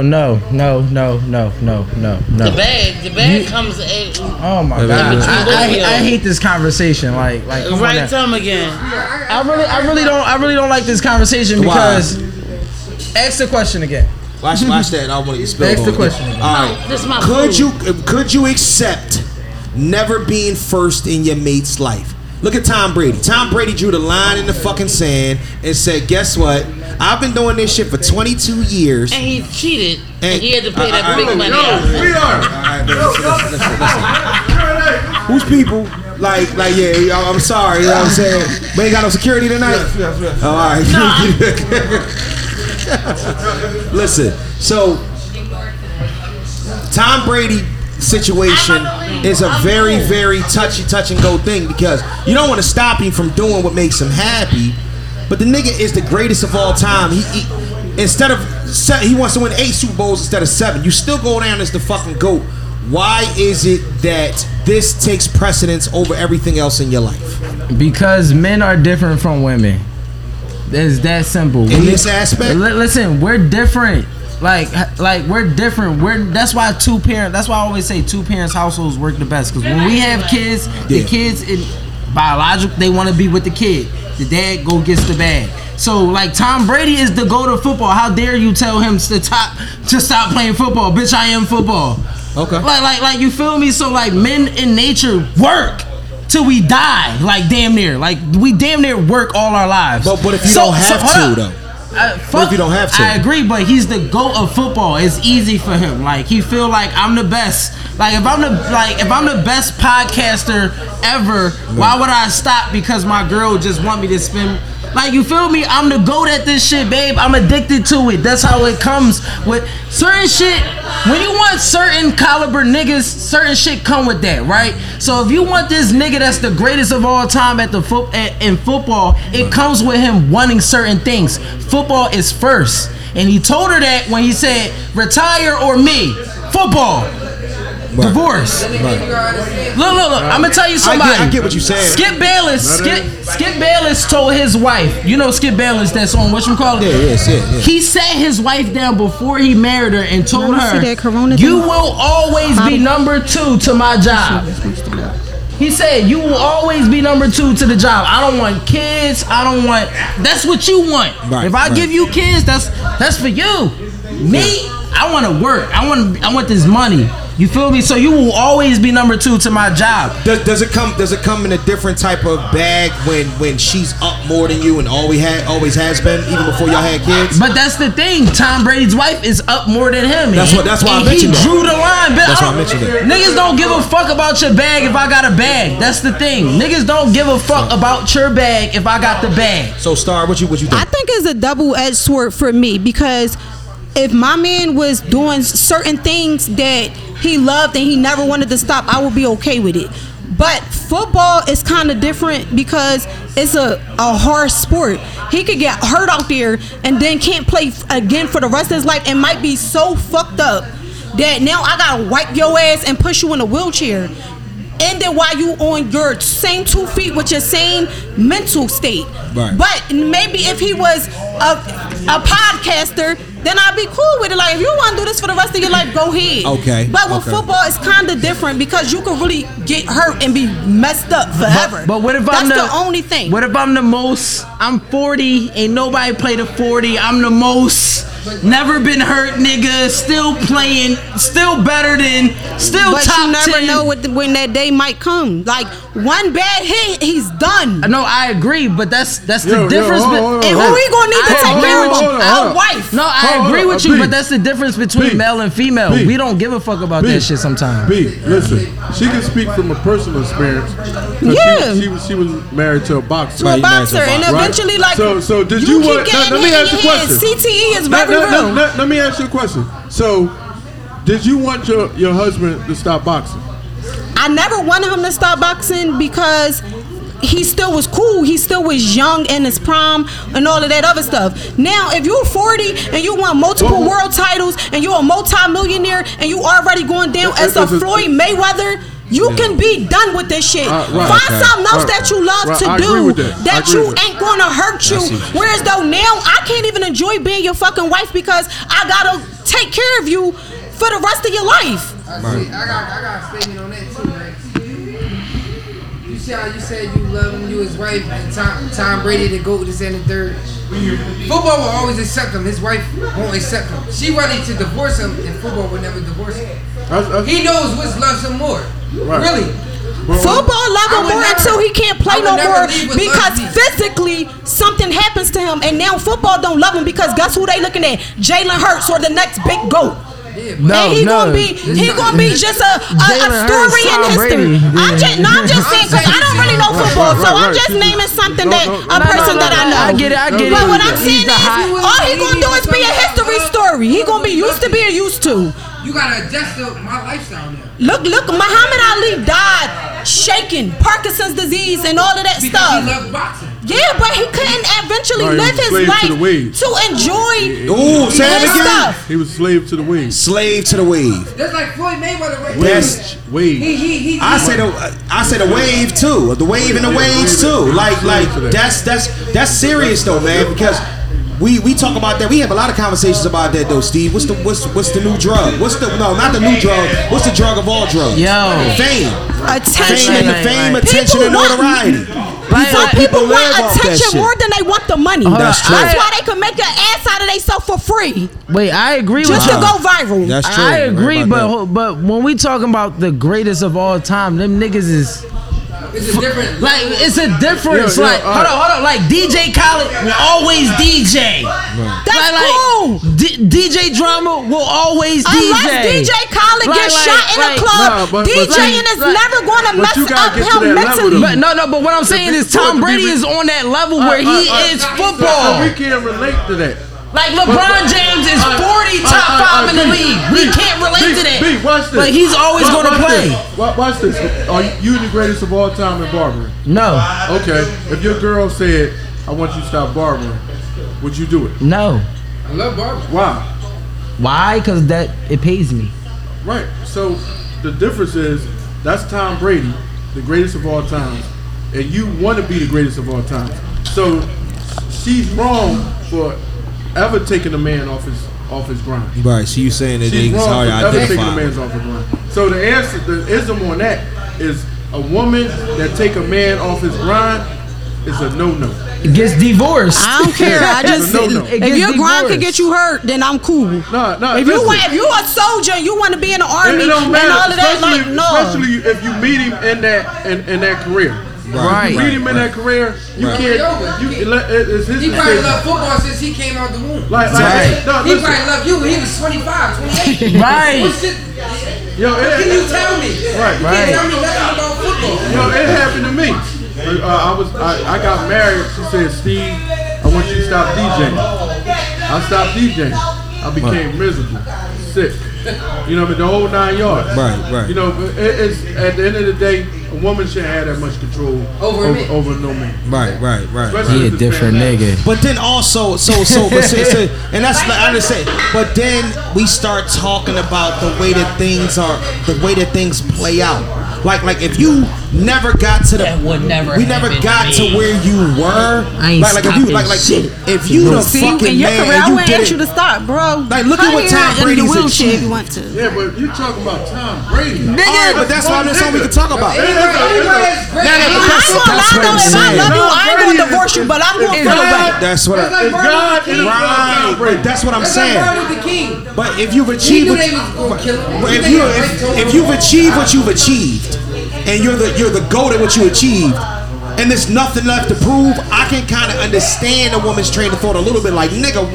S3: no, no, no, no, no,
S7: The
S3: no.
S7: bag, the bag comes at
S3: Oh my god,
S7: but you
S3: I, I,
S7: will.
S3: I hate this conversation. Like, like, come on now.
S7: right thumb again.
S3: I really, I really don't, I really don't like this conversation
S1: Why?
S3: because. Ask the question again.
S1: Watch, watch that. I want to get spelled.
S3: Ask the
S1: on.
S3: question.
S1: All right.
S7: This is my
S1: Could
S7: food.
S1: you could you accept never being first in your mate's life? Look at Tom Brady. Tom Brady drew the line in the fucking sand and said, "Guess what? I've been doing this shit for 22 years."
S7: And he cheated, and,
S1: And-
S7: he had to pay
S1: I- I-
S7: that
S1: I-
S7: big money. out.
S5: Yo, we
S1: All
S5: are.
S1: right, but listen, listen, listen, listen. Who's people? Like, like, yeah, yeah, I'm sorry, you know what I'm saying? But ain't got no security tonight? Oh, all right. listen, so Tom Brady situation is a very, very touchy, touch and go thing because you don't want to stop him from doing what makes him happy. But the nigga is the greatest of all time. He, he instead of se- he wants to win eight Super Bowls instead of seven. You still go down as the fucking goat. Why is it that this takes precedence over everything else in your life
S3: Because men are different from women. It's that simple.
S1: in
S3: We-
S1: this aspect?
S3: Li- listen, we're different. Like, h- like we're different. We're that's why two parent. That's why I always say two parents households work the best. Cause when we have kids,
S1: Yeah.
S3: the kids in biological they want to be with the kid. The dad go gets the bag. So like Tom Brady is the go to football. How dare you tell him to top to stop playing football? Bitch, I am football.
S1: Okay.
S3: Like like like you feel me? So like men in nature work. Till we die, like damn near, like we damn near work all our lives.
S1: But- but if you don't have
S3: hold
S1: to,
S3: up.
S1: though.
S3: Uh,
S1: What if you don't have to?
S3: I agree, but he's the goat of football. It's easy for him. Like he feel like I'm the best. Like if I'm the like if I'm the best podcaster ever, why would I stop because my girl just want me to spend? Like you feel me? I'm the goat at this shit, babe. I'm addicted to it. That's how it comes with certain shit. When you want certain caliber niggas, certain shit come with that, right? So if you want this nigga that's the greatest of all time at the foot at, in football, it comes with him wanting certain things. Football is first, and he told her that when he said retire or me. Football, divorce.
S6: Nigga, you understand?
S3: Look, look, look! I'm gonna tell you somebody.
S1: I get what you're saying.
S3: Skip Bayless, Skip, Skip Bayless told his wife. You know Skip Bayless that's on what you call it.
S1: Yeah, yeah, yeah, yeah.
S3: He sat his wife down before he married her and told
S2: Let me see
S3: her,
S2: that corona
S3: "You
S2: thing."
S3: will always be number two to my job." He said, "You will always be number two to the job. I don't want kids. I don't want. That's what you want.
S1: Right,
S3: if I
S1: right.
S3: give you kids, that's that's for you. Me, I want to work. I want. I want this money. You feel me? So you will always be number two to my job.
S1: Does, does it come? Does it come in a different type of bag when when she's up more than you and always had always has been even before y'all had kids?
S3: But that's the thing. Tom Brady's wife is up more than him.
S1: That's
S3: And-
S1: what- that's why I
S3: and
S1: mentioned
S3: he
S1: that.
S3: drew the line. But
S1: That's
S3: I
S1: why I
S3: don't-
S1: mentioned that.
S3: Niggas don't give a fuck about your bag if I got a bag. That's the thing. Niggas don't give a fuck about your bag if I got the bag.
S1: So Star, what you what you
S2: I
S1: think?
S2: think it's a double edged sword for me because if my man was doing certain things that he loved and he never wanted to stop, I would be okay with it. But football is kind of different because it's a, a hard sport. He could get hurt out there and then can't play f- again for the rest of his life and might be so fucked up that now I gotta wipe your ass and push you in a wheelchair. And then while you on your same two feet with your same mental state.
S1: Right.
S2: But maybe if he was a, a podcaster, then I'd be cool with it. Like if you want to do this for the rest of your life, go ahead.
S1: Okay,
S2: But with
S1: okay.
S2: football, it's kind of different because you can really get hurt and be messed up forever.
S3: But, but what if
S2: That's
S3: I'm the,
S2: only thing?
S3: What if I'm the most? I'm 40. Ain't nobody played a 40. I'm the most. Never been hurt, nigga. Still playing. Still better than. Still
S2: but
S3: top
S2: you never
S3: 10.
S2: know what the, when that day might come. Like one bad hit, he's done.
S3: No, I agree, but that's that's
S2: Yo,
S3: the
S2: yo,
S3: difference.
S2: hold
S3: be-
S2: on, hold on, And who hold on. we gonna need to
S3: I
S2: take
S3: agree
S2: care
S3: with
S2: of
S3: you.
S2: him? Our wife.
S3: No, I
S2: Hold on,
S3: agree with
S2: B.
S3: you, but that's the difference between
S5: B.
S3: male and female.
S5: B.
S3: We don't give a fuck about
S5: B.
S3: that shit sometimes.
S5: B, listen, she can speak from a personal experience. 'cause
S2: Yeah.
S5: She, she was she was married to a boxer.
S2: To a Right, married to a boxer, and boxer. eventually, like,
S5: So so did
S2: you
S5: you,
S2: keep
S5: want?
S2: getting
S5: Let, let me
S2: hit
S5: ask
S2: in
S5: you a
S2: the
S5: question.
S2: head. CTE E is very
S5: let,
S2: real.
S5: Let, let me ask you a question. So, did you want your your husband to stop boxing?
S2: I never wanted him to stop boxing because he still was cool. He still was young in his prime and all of that other stuff. Now, if you're 40 and you won multiple world titles and you're a multi-millionaire and you already going down
S5: It-
S2: as
S5: it-
S2: a
S5: it's a-
S2: Floyd Mayweather, you
S5: Yeah.
S2: can be done with this shit.
S5: Uh, right,
S2: Find
S5: okay.
S2: something else
S5: Right,
S2: that you love
S5: right,
S2: to
S5: I agree
S2: do
S5: with that. I
S2: that
S5: agree
S2: you
S5: with that.
S2: ain't gonna hurt you.
S5: see what you're
S2: Whereas though now I can't even enjoy being your fucking wife because I gotta take care of you for the rest of your life.
S6: I got, I got a statement on that too, man. You see how you said you love him, you his wife, and Tom, Tom Brady the goat is in the third. Football will always accept him. His wife won't accept him. She ready to divorce him, and football will never divorce him. He knows which loves him more.
S2: Right.
S6: Really.
S2: Football love
S6: I
S2: him
S6: would
S2: more
S6: never-
S2: until he can't
S6: I
S2: play
S6: would
S2: no more
S6: never leave with
S2: because
S6: Lutzy.
S2: physically something happens to him, and now football don't love him because guess who they looking at? Jalen Hurts or the next big goat. and he gonna be he gonna be just a, a, a
S3: Jalen Hurts,
S2: story in
S3: Tom
S2: history.
S3: Brady.
S2: I'm just no, I'm just saying because I don't really know
S3: Right,
S2: football,
S3: right,
S2: so
S3: right,
S2: I'm
S3: right.
S2: just naming something
S3: No,
S2: that
S3: no,
S2: a
S3: no, no,
S2: person
S3: no,
S2: that I
S3: no,
S2: know.
S3: I get it, I get
S2: But
S3: it.
S2: what I'm
S3: He's
S2: saying
S3: the
S2: is,
S3: hot-
S2: all he gonna do is be a history story. He gonna be used to being used to.
S6: You gotta adjust to my lifestyle now.
S2: Look, look, Muhammad Ali died shaking, Parkinson's disease, and all of that
S6: Because
S2: stuff.
S6: he loved boxing.
S2: Yeah, but he couldn't eventually
S5: No, he
S2: live
S5: was a
S2: his
S5: slave to
S2: life
S5: the wave.
S2: to enjoy.
S1: Ooh, say that
S2: his
S1: again?
S2: stuff.
S5: He was slave to the wave.
S1: Slave to the wave.
S6: That's like Floyd Mayweather right
S1: That's
S6: there.
S5: wave.
S6: He, he, he,
S1: I say the I say the wave too. The wave and the waves too. Like like that's that's that's serious though, man. Because we we talk about that. We have a lot of conversations about that though, Steve. What's the what's what's the new drug? What's the no not the new drug? What's the drug of all drugs?
S3: Yo.
S1: fame,
S2: Attention.
S1: fame, and fame, attention, and
S2: People want-
S1: notoriety.
S2: So people want
S1: live off that
S2: attention
S1: shit.
S2: more than they want the money.
S1: Hold on, That's true.
S2: That's
S1: I-
S2: why they can make an ass out of themselves for free.
S3: Wait, I agree
S2: Just
S3: with
S2: to
S3: you.
S5: Uh-huh.
S2: go viral.
S1: That's true.
S3: I
S1: Right
S3: agree,
S1: about
S3: but
S1: that.
S3: ho- but when we talking about the greatest of all time, them niggas is
S6: It's a different.
S3: like it's a difference.
S5: Yeah, yeah,
S3: like
S5: all
S3: hold
S5: right.
S3: on, hold on. Like DJ Khaled will always DJ.
S2: That's
S3: like, like,
S2: cool.
S3: D- DJ Drama will always
S2: Unless
S3: DJ.
S2: DJ Khaled
S3: Like,
S2: gets
S3: like-
S2: shot in
S3: like-
S2: a club,
S5: Nah, but- but
S2: DJing
S5: see-
S2: is never going to
S5: but
S2: mess
S5: you gotta
S2: up
S5: get to
S2: him
S5: that level,
S2: mentally.
S5: though.
S3: But no, no. But what I'm saying is Tom Brady is on that level where he is
S5: So we
S3: football.
S5: can't relate to that.
S3: Like LeBron James is 40 top
S5: Uh, uh,
S3: five
S5: uh,
S3: in the
S5: B,
S3: league. We
S5: B,
S3: can't relate
S5: B,
S3: to that.
S5: B, watch this.
S3: But he's always
S5: Wa-
S3: going to
S5: watch
S3: play.
S5: this. Wa- Watch this. Are you the greatest of all time in barbering?
S3: No,
S5: Okay. If your girl said, "I want you to stop barbering," would you do it?
S3: no.
S6: I love barbering.
S5: Why?
S3: Why? Because that it pays me.
S5: Right. So the difference is that's Tom Brady, the greatest of all times, and you want to be the greatest of all times. So she's wrong for ever taking a man off his off his grind.
S1: Right, so you saying that
S5: She's
S1: niggas
S5: wrong
S1: hard
S5: for
S1: to
S5: ever taking a
S1: identify.
S5: man's off his grind. So the answer, the ism on that is a woman that take a man off his grind is a no-no.
S3: It gets divorced.
S2: I don't care. I just
S5: No, no.
S3: It
S2: if
S3: gets
S2: your grind
S3: divorced.
S2: could get you hurt, then I'm cool.
S5: No, no.
S2: if you
S5: listen.
S2: want, if you a soldier, and you want to be in the
S5: It-
S2: army
S5: it
S2: and all
S5: don't
S2: of
S5: matter,
S2: that, like
S5: especially,
S2: no.
S5: especially if you meet him in that in, in that career.
S1: Right.
S5: You meet him in that career, you
S1: Right.
S5: can't. You, it let- it- it's his
S6: He probably
S5: decision.
S6: loved football since he came out the womb.
S5: Like, like,
S1: Right.
S5: no,
S6: he
S5: listen,
S6: probably loved you when he was 25, 28. What
S3: Right.
S6: shit
S5: yo, it,
S6: can you tell me?
S5: Right,
S6: you
S5: right.
S6: can't tell me nothing about football.
S5: Yo, it happened to me. Uh, I was I, I got married. She said, Steve, I want you to stop DJing. I stopped DJing. I became
S1: Right.
S5: miserable, sick. You know, what I mean, the whole nine yards.
S1: Right, right.
S5: You know, but it, it's at the end of the day, a woman shouldn't have that much control
S6: Over a
S5: over,
S6: man.
S5: over no man.
S1: Right, right, right.
S5: Especially
S1: right.
S5: if it's bad.
S1: But then also, so so, but so, so- and that's like I understand. But then we start talking about the way that things are, the way that things play out. Like like if you never got to the,
S3: That would never
S1: we never
S3: happen to
S1: got to
S3: me.
S1: where you were.
S3: I ain't
S1: like like if you
S3: stopping
S1: like like
S3: shit.
S1: if you the
S2: See,
S1: fucking
S2: in your
S1: man
S2: career, I
S1: and you
S2: wouldn't
S1: did
S2: ask
S1: it.
S2: you to stop, bro.
S1: Like, look at what
S2: Come
S1: Tom
S2: here in
S1: Brady's
S2: the wheelchair if
S1: achieved.
S2: you want to.
S5: Yeah, but you talking about Tom Brady.
S2: Nigga,
S1: All right, but that's why that's all we can talk about.
S5: It is a- it is
S1: Now
S5: a-
S1: that-
S2: I'm gonna
S1: that's what
S2: lie
S1: I'm
S2: though, if I
S1: saying.
S2: love you,
S5: No,
S2: I ain't
S5: Brady
S2: gonna
S5: is-
S2: divorce you, but I'm gonna
S5: is
S2: feel
S5: God-
S2: away.
S1: That's what I.
S5: It's God and Tom
S1: Right.
S5: Brady.
S1: That's what I'm
S6: That's like
S1: saying.
S6: Martin Luther King.
S1: But if you've
S6: He
S1: achieved
S6: knew
S1: what,
S6: they was gonna kill him.
S1: but
S6: He
S1: if
S6: made
S1: you
S6: a breakthrough.
S1: if, if you've achieved what you've achieved, and you're the you're the goat at what you achieved, and there's nothing left to prove, I can kind of understand a woman's train of thought a little bit. Like nigga,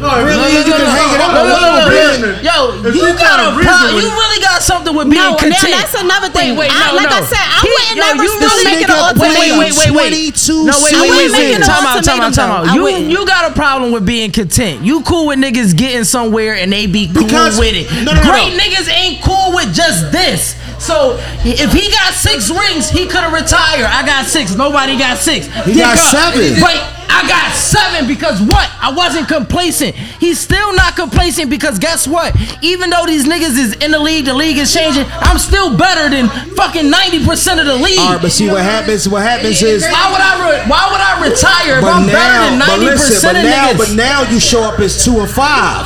S5: No,
S1: Really?
S5: no, no,
S1: You
S5: no,
S1: can
S5: no,
S1: hang it up
S5: no,
S1: a
S5: no,
S1: little
S5: no,
S1: bit.
S5: no, no.
S3: Yo,
S5: If
S3: you
S5: you
S3: got
S5: got
S3: a
S5: a
S3: pro-
S5: reason-
S3: you really got something with being
S2: No, now
S3: content.
S2: that's another thing.
S3: Wait, wait,
S2: I-
S3: no,
S2: like I
S3: no.
S2: said, I wouldn't ever
S3: you
S2: still
S3: really
S2: make it
S3: nigga-
S2: an ultimatum.
S3: Wait, wait, wait, wait.
S1: 22
S2: I
S3: No, wait, wait,
S2: wouldn't
S3: wait.
S2: make it an
S3: Time out, time
S2: ultimatum,
S3: out, time
S2: though.
S3: out.
S2: I
S3: You
S2: wouldn't.
S3: you got a problem with being content. You cool with niggas getting somewhere and they be cool
S1: Because-
S3: with it.
S1: no, no, no,
S3: Great
S1: no.
S3: niggas ain't cool with just this. So if he got six rings, he could have retired. I got six. Nobody got six.
S1: He got seven.
S3: But I got seven because what? I wasn't complacent. He's still not complacent because guess what? Even though these niggas is in the league, the league is changing. I'm still better than fucking 90% of the league.
S1: all right, but see what happens. What happens is.
S3: Why would I? Re- why would I retire if
S1: But
S3: I'm better
S1: now,
S3: than
S1: but
S3: ninety
S1: listen,
S3: percent
S1: but
S3: of
S1: now,
S3: niggas?
S1: but now you show up as two and five.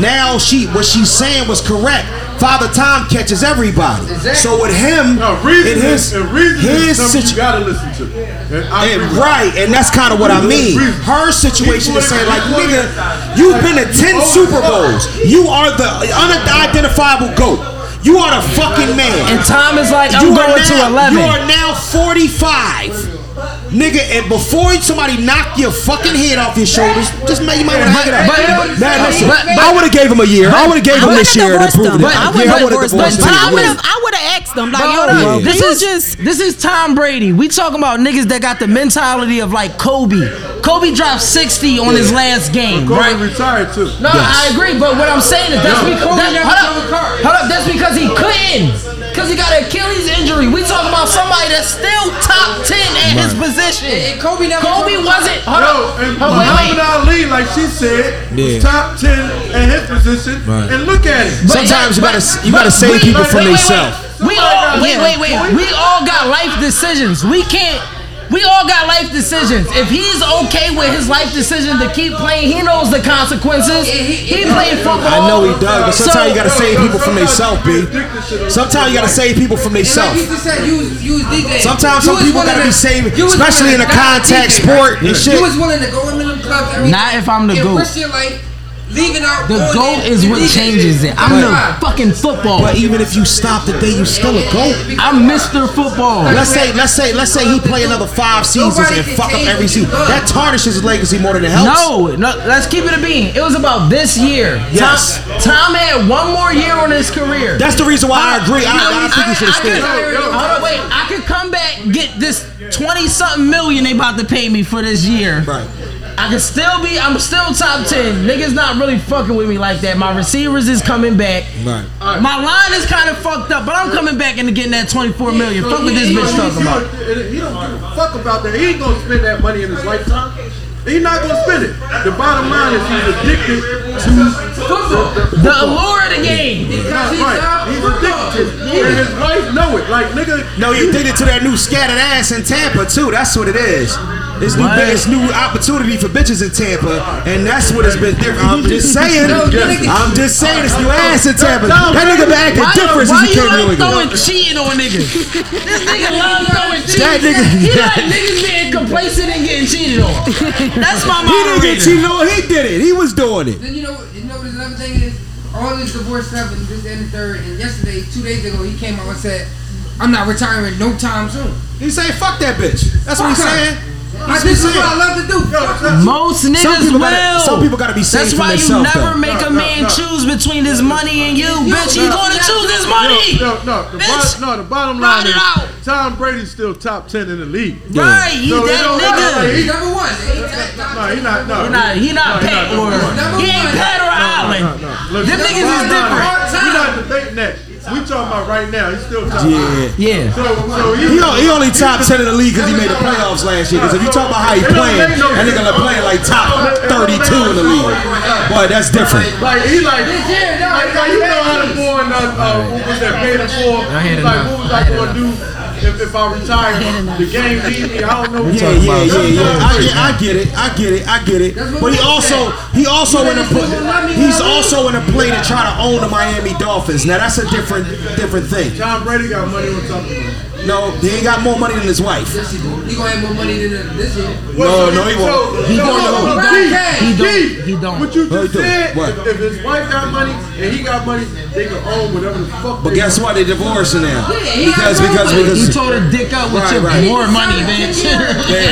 S1: Now she, what she's saying was correct. Father Time catches everybody. So with him,
S5: No,
S1: in
S5: reason
S1: his,
S5: is, and reason
S1: his
S5: is something
S1: situ-
S5: you gotta listen to. And I
S1: and
S5: agree with you.
S1: right, and that's kind of what I mean. Her situation is saying, like, nigga, you've been to 10 Super Bowls. You are the unidentifiable GOAT. You are the fucking man.
S3: and Tom is like, I'm
S1: You are,
S3: going to
S1: now,
S3: eleven.
S1: you are now 45. Nigga, and before somebody knock your fucking head off your shoulders, just make you might want to hang it up.
S3: But-
S1: now, listen,
S3: but- but-
S1: I would have gave him a year. I would have gave
S2: I
S1: him
S2: would've
S1: this year to
S2: divorced
S1: prove it.
S2: them. I
S1: yeah,
S2: would've
S1: I would have
S2: divorced
S1: divorced
S2: them. But I
S1: him.
S2: would
S1: Yeah.
S2: have, I would have asked them, like,
S3: But
S2: yo,
S3: hold
S2: bro,
S3: on. This
S2: you
S3: is
S2: just.
S3: this is Tom Brady. We talking about niggas that got the mentality of like Kobe. Kobe dropped sixty on his last game,
S5: Go
S3: right?
S5: and retire too.
S3: No, I agree, but what I'm saying is that's because that, hold up, hold up, that's because he couldn't, because he got an Achilles injury. We talking about somebody that's still top ten at his position.
S6: And Kobe never.
S3: Kobe wasn't. Hold
S5: Yo,
S3: up,
S5: and
S3: hold- wait,
S5: Muhammad
S3: wait.
S5: Ali, like she said,
S1: Yeah.
S5: was top ten in his position.
S1: Right.
S5: And look at it.
S1: But- Sometimes you gotta- you gotta save people from themselves.
S3: We all wait, wait, wait. We all got life decisions. We can't. We all got life decisions. If he's okay with his life decision to keep playing, he knows the consequences. He played football.
S1: I know he does, but
S5: So-
S1: sometimes you gotta save people from
S5: Sometimes
S1: themselves, B. Sometimes you gotta save people from
S6: And like
S1: themselves.
S6: you just said, you was, you was DJ.
S1: Sometimes
S6: You
S1: some
S6: was
S1: people
S6: willing
S1: gotta
S6: to-
S1: be saving,
S6: you was
S1: especially in
S6: willing
S1: a
S6: to not
S1: contact
S6: DJ,
S1: sport
S6: right?
S1: and shit.
S6: You was willing to go in them clubs every
S3: Not if I'm the
S6: and
S3: GOAT.
S6: risk your life, leaving out.
S3: The
S6: all
S3: goal
S6: that
S3: is
S6: you
S3: what
S6: did.
S3: changes it. I'm
S6: Right.
S3: the fucking football.
S1: But even if you stop the day, you still a goat.
S3: I'm Mr. Football.
S1: Let's say, let's say, let's say he play another five seasons
S6: Nobody
S1: and
S6: can
S1: fuck up
S6: change
S1: every
S6: it.
S1: season. That tarnishes his legacy more than it helps.
S3: No, no. Let's keep it a bean. It was about this year.
S1: Yes.
S3: Tom, Tom had one more year on his career.
S1: That's the reason why I agree. I, I, think he
S3: I-
S1: should have
S3: I could-
S1: stayed.
S3: Hold on, wait. I could come back, get this twenty something million they about to pay me for this year.
S1: Right.
S3: I could still be. I'm still top ten. Niggas not really fucking with me like that. My receivers is coming back.
S1: Right.
S3: My line is kind of fucked up, but I'm coming back and getting that 24 million. Fuck what this
S5: He-
S3: bitch
S5: he-
S3: talking
S5: he
S3: about.
S5: don't- He don't give a fuck about that. He ain't gonna spend that money in his lifetime. He not gonna spend it. The bottom line is he's addicted to football.
S3: The allure of the game.
S5: That's right. He's addicted to it. And his wife know it. Like nigga,
S1: No, you did it to that new scattered ass in Tampa too. That's what it is. It's new,
S3: What?
S1: it's new opportunity for bitches in Tampa, and that's what it's been different. I'm just saying. I'm just saying it's new ass in Tampa. That nigga been acting
S3: Why,
S1: different
S3: why
S1: since he
S3: you
S1: came to New
S3: ain't
S1: England.
S3: throwing cheating on niggas? this nigga love throwing cheating.
S1: That nigga-
S3: He like niggas being complacent and getting cheated on. That's my
S1: He didn't get
S3: moderator.
S1: cheated on. He did it. He was doing it.
S6: Then you know, you know, what another thing is all this divorce stuff and this and the third. And yesterday, two days ago, he came out and said, "I'm not retiring no time soon."
S1: He saying fuck that bitch. That's what he's
S6: Fuck her.
S1: saying.
S6: I, this is what I love to do.
S3: Most niggas
S1: people
S3: will.
S1: gotta- some people gotta be saved
S3: That's
S1: from
S3: why you
S1: themselves,
S3: never
S1: though.
S3: make
S5: No,
S3: a
S5: no,
S3: man
S5: no.
S3: choose between his money and you, bitch. He's
S5: no.
S3: gonna choose his money.
S5: No, no, the,
S3: Bitch,
S5: bo- no, the bottom
S3: ride
S5: line
S3: it
S5: is
S3: out.
S5: Tom Brady's still top ten in the league.
S3: Right, he's
S5: So it don't-
S3: that nigga.
S5: like,
S6: He's
S5: he-
S6: number one. He's top-
S5: No, he not. No,
S3: He not, he not
S5: no,
S3: Pat
S5: he
S3: or
S5: not number one.
S3: he ain't Pat or Island.
S5: Look,
S3: Them
S5: that's
S3: niggas
S5: why
S3: is
S5: I'm not-
S3: different.
S5: We not debating that. We talking about right now. He's still top.
S1: Yeah.
S3: Yeah.
S5: So, so he,
S1: He, o- he only top 10 in the league because he made the playoffs last year. Because if you talk about how he playing, that nigga like playing like top 32 in the league. Boy, that's different.
S5: Like he like, like, like you know how the boy and uh, uh, who was that paid him for?
S3: I had
S5: He's like,
S3: enough.
S5: what was I gonna do if, if I retire? The game beat me. I don't know.
S1: Yeah, yeah, yeah, yeah. I get, I get it. I get it. I get it.
S6: what
S1: But he
S6: we
S1: also he also in a pl- he's also in a play to try to own the Miami Dolphins. Now that's a different different thing.
S5: Tom Brady got money on top of him.
S1: No, he ain't got more money than his wife.
S6: He gonna have more money than this year.
S1: No, no, he won't.
S5: So-
S3: He
S5: so-
S3: don't know.
S5: so-
S6: He
S5: Keith,
S3: don't. He
S5: Keith,
S3: don't. He don't.
S5: What you
S1: No, he
S5: just
S1: don't.
S5: said,
S1: What?
S5: if, if his wife got money and he got money, they can own whatever the fuck.
S1: But
S5: they
S1: guess
S5: want.
S1: what? They divorcing now because because
S3: You
S1: because.
S3: told her dick up with
S1: Right,
S3: your
S1: right.
S3: more money, bitch.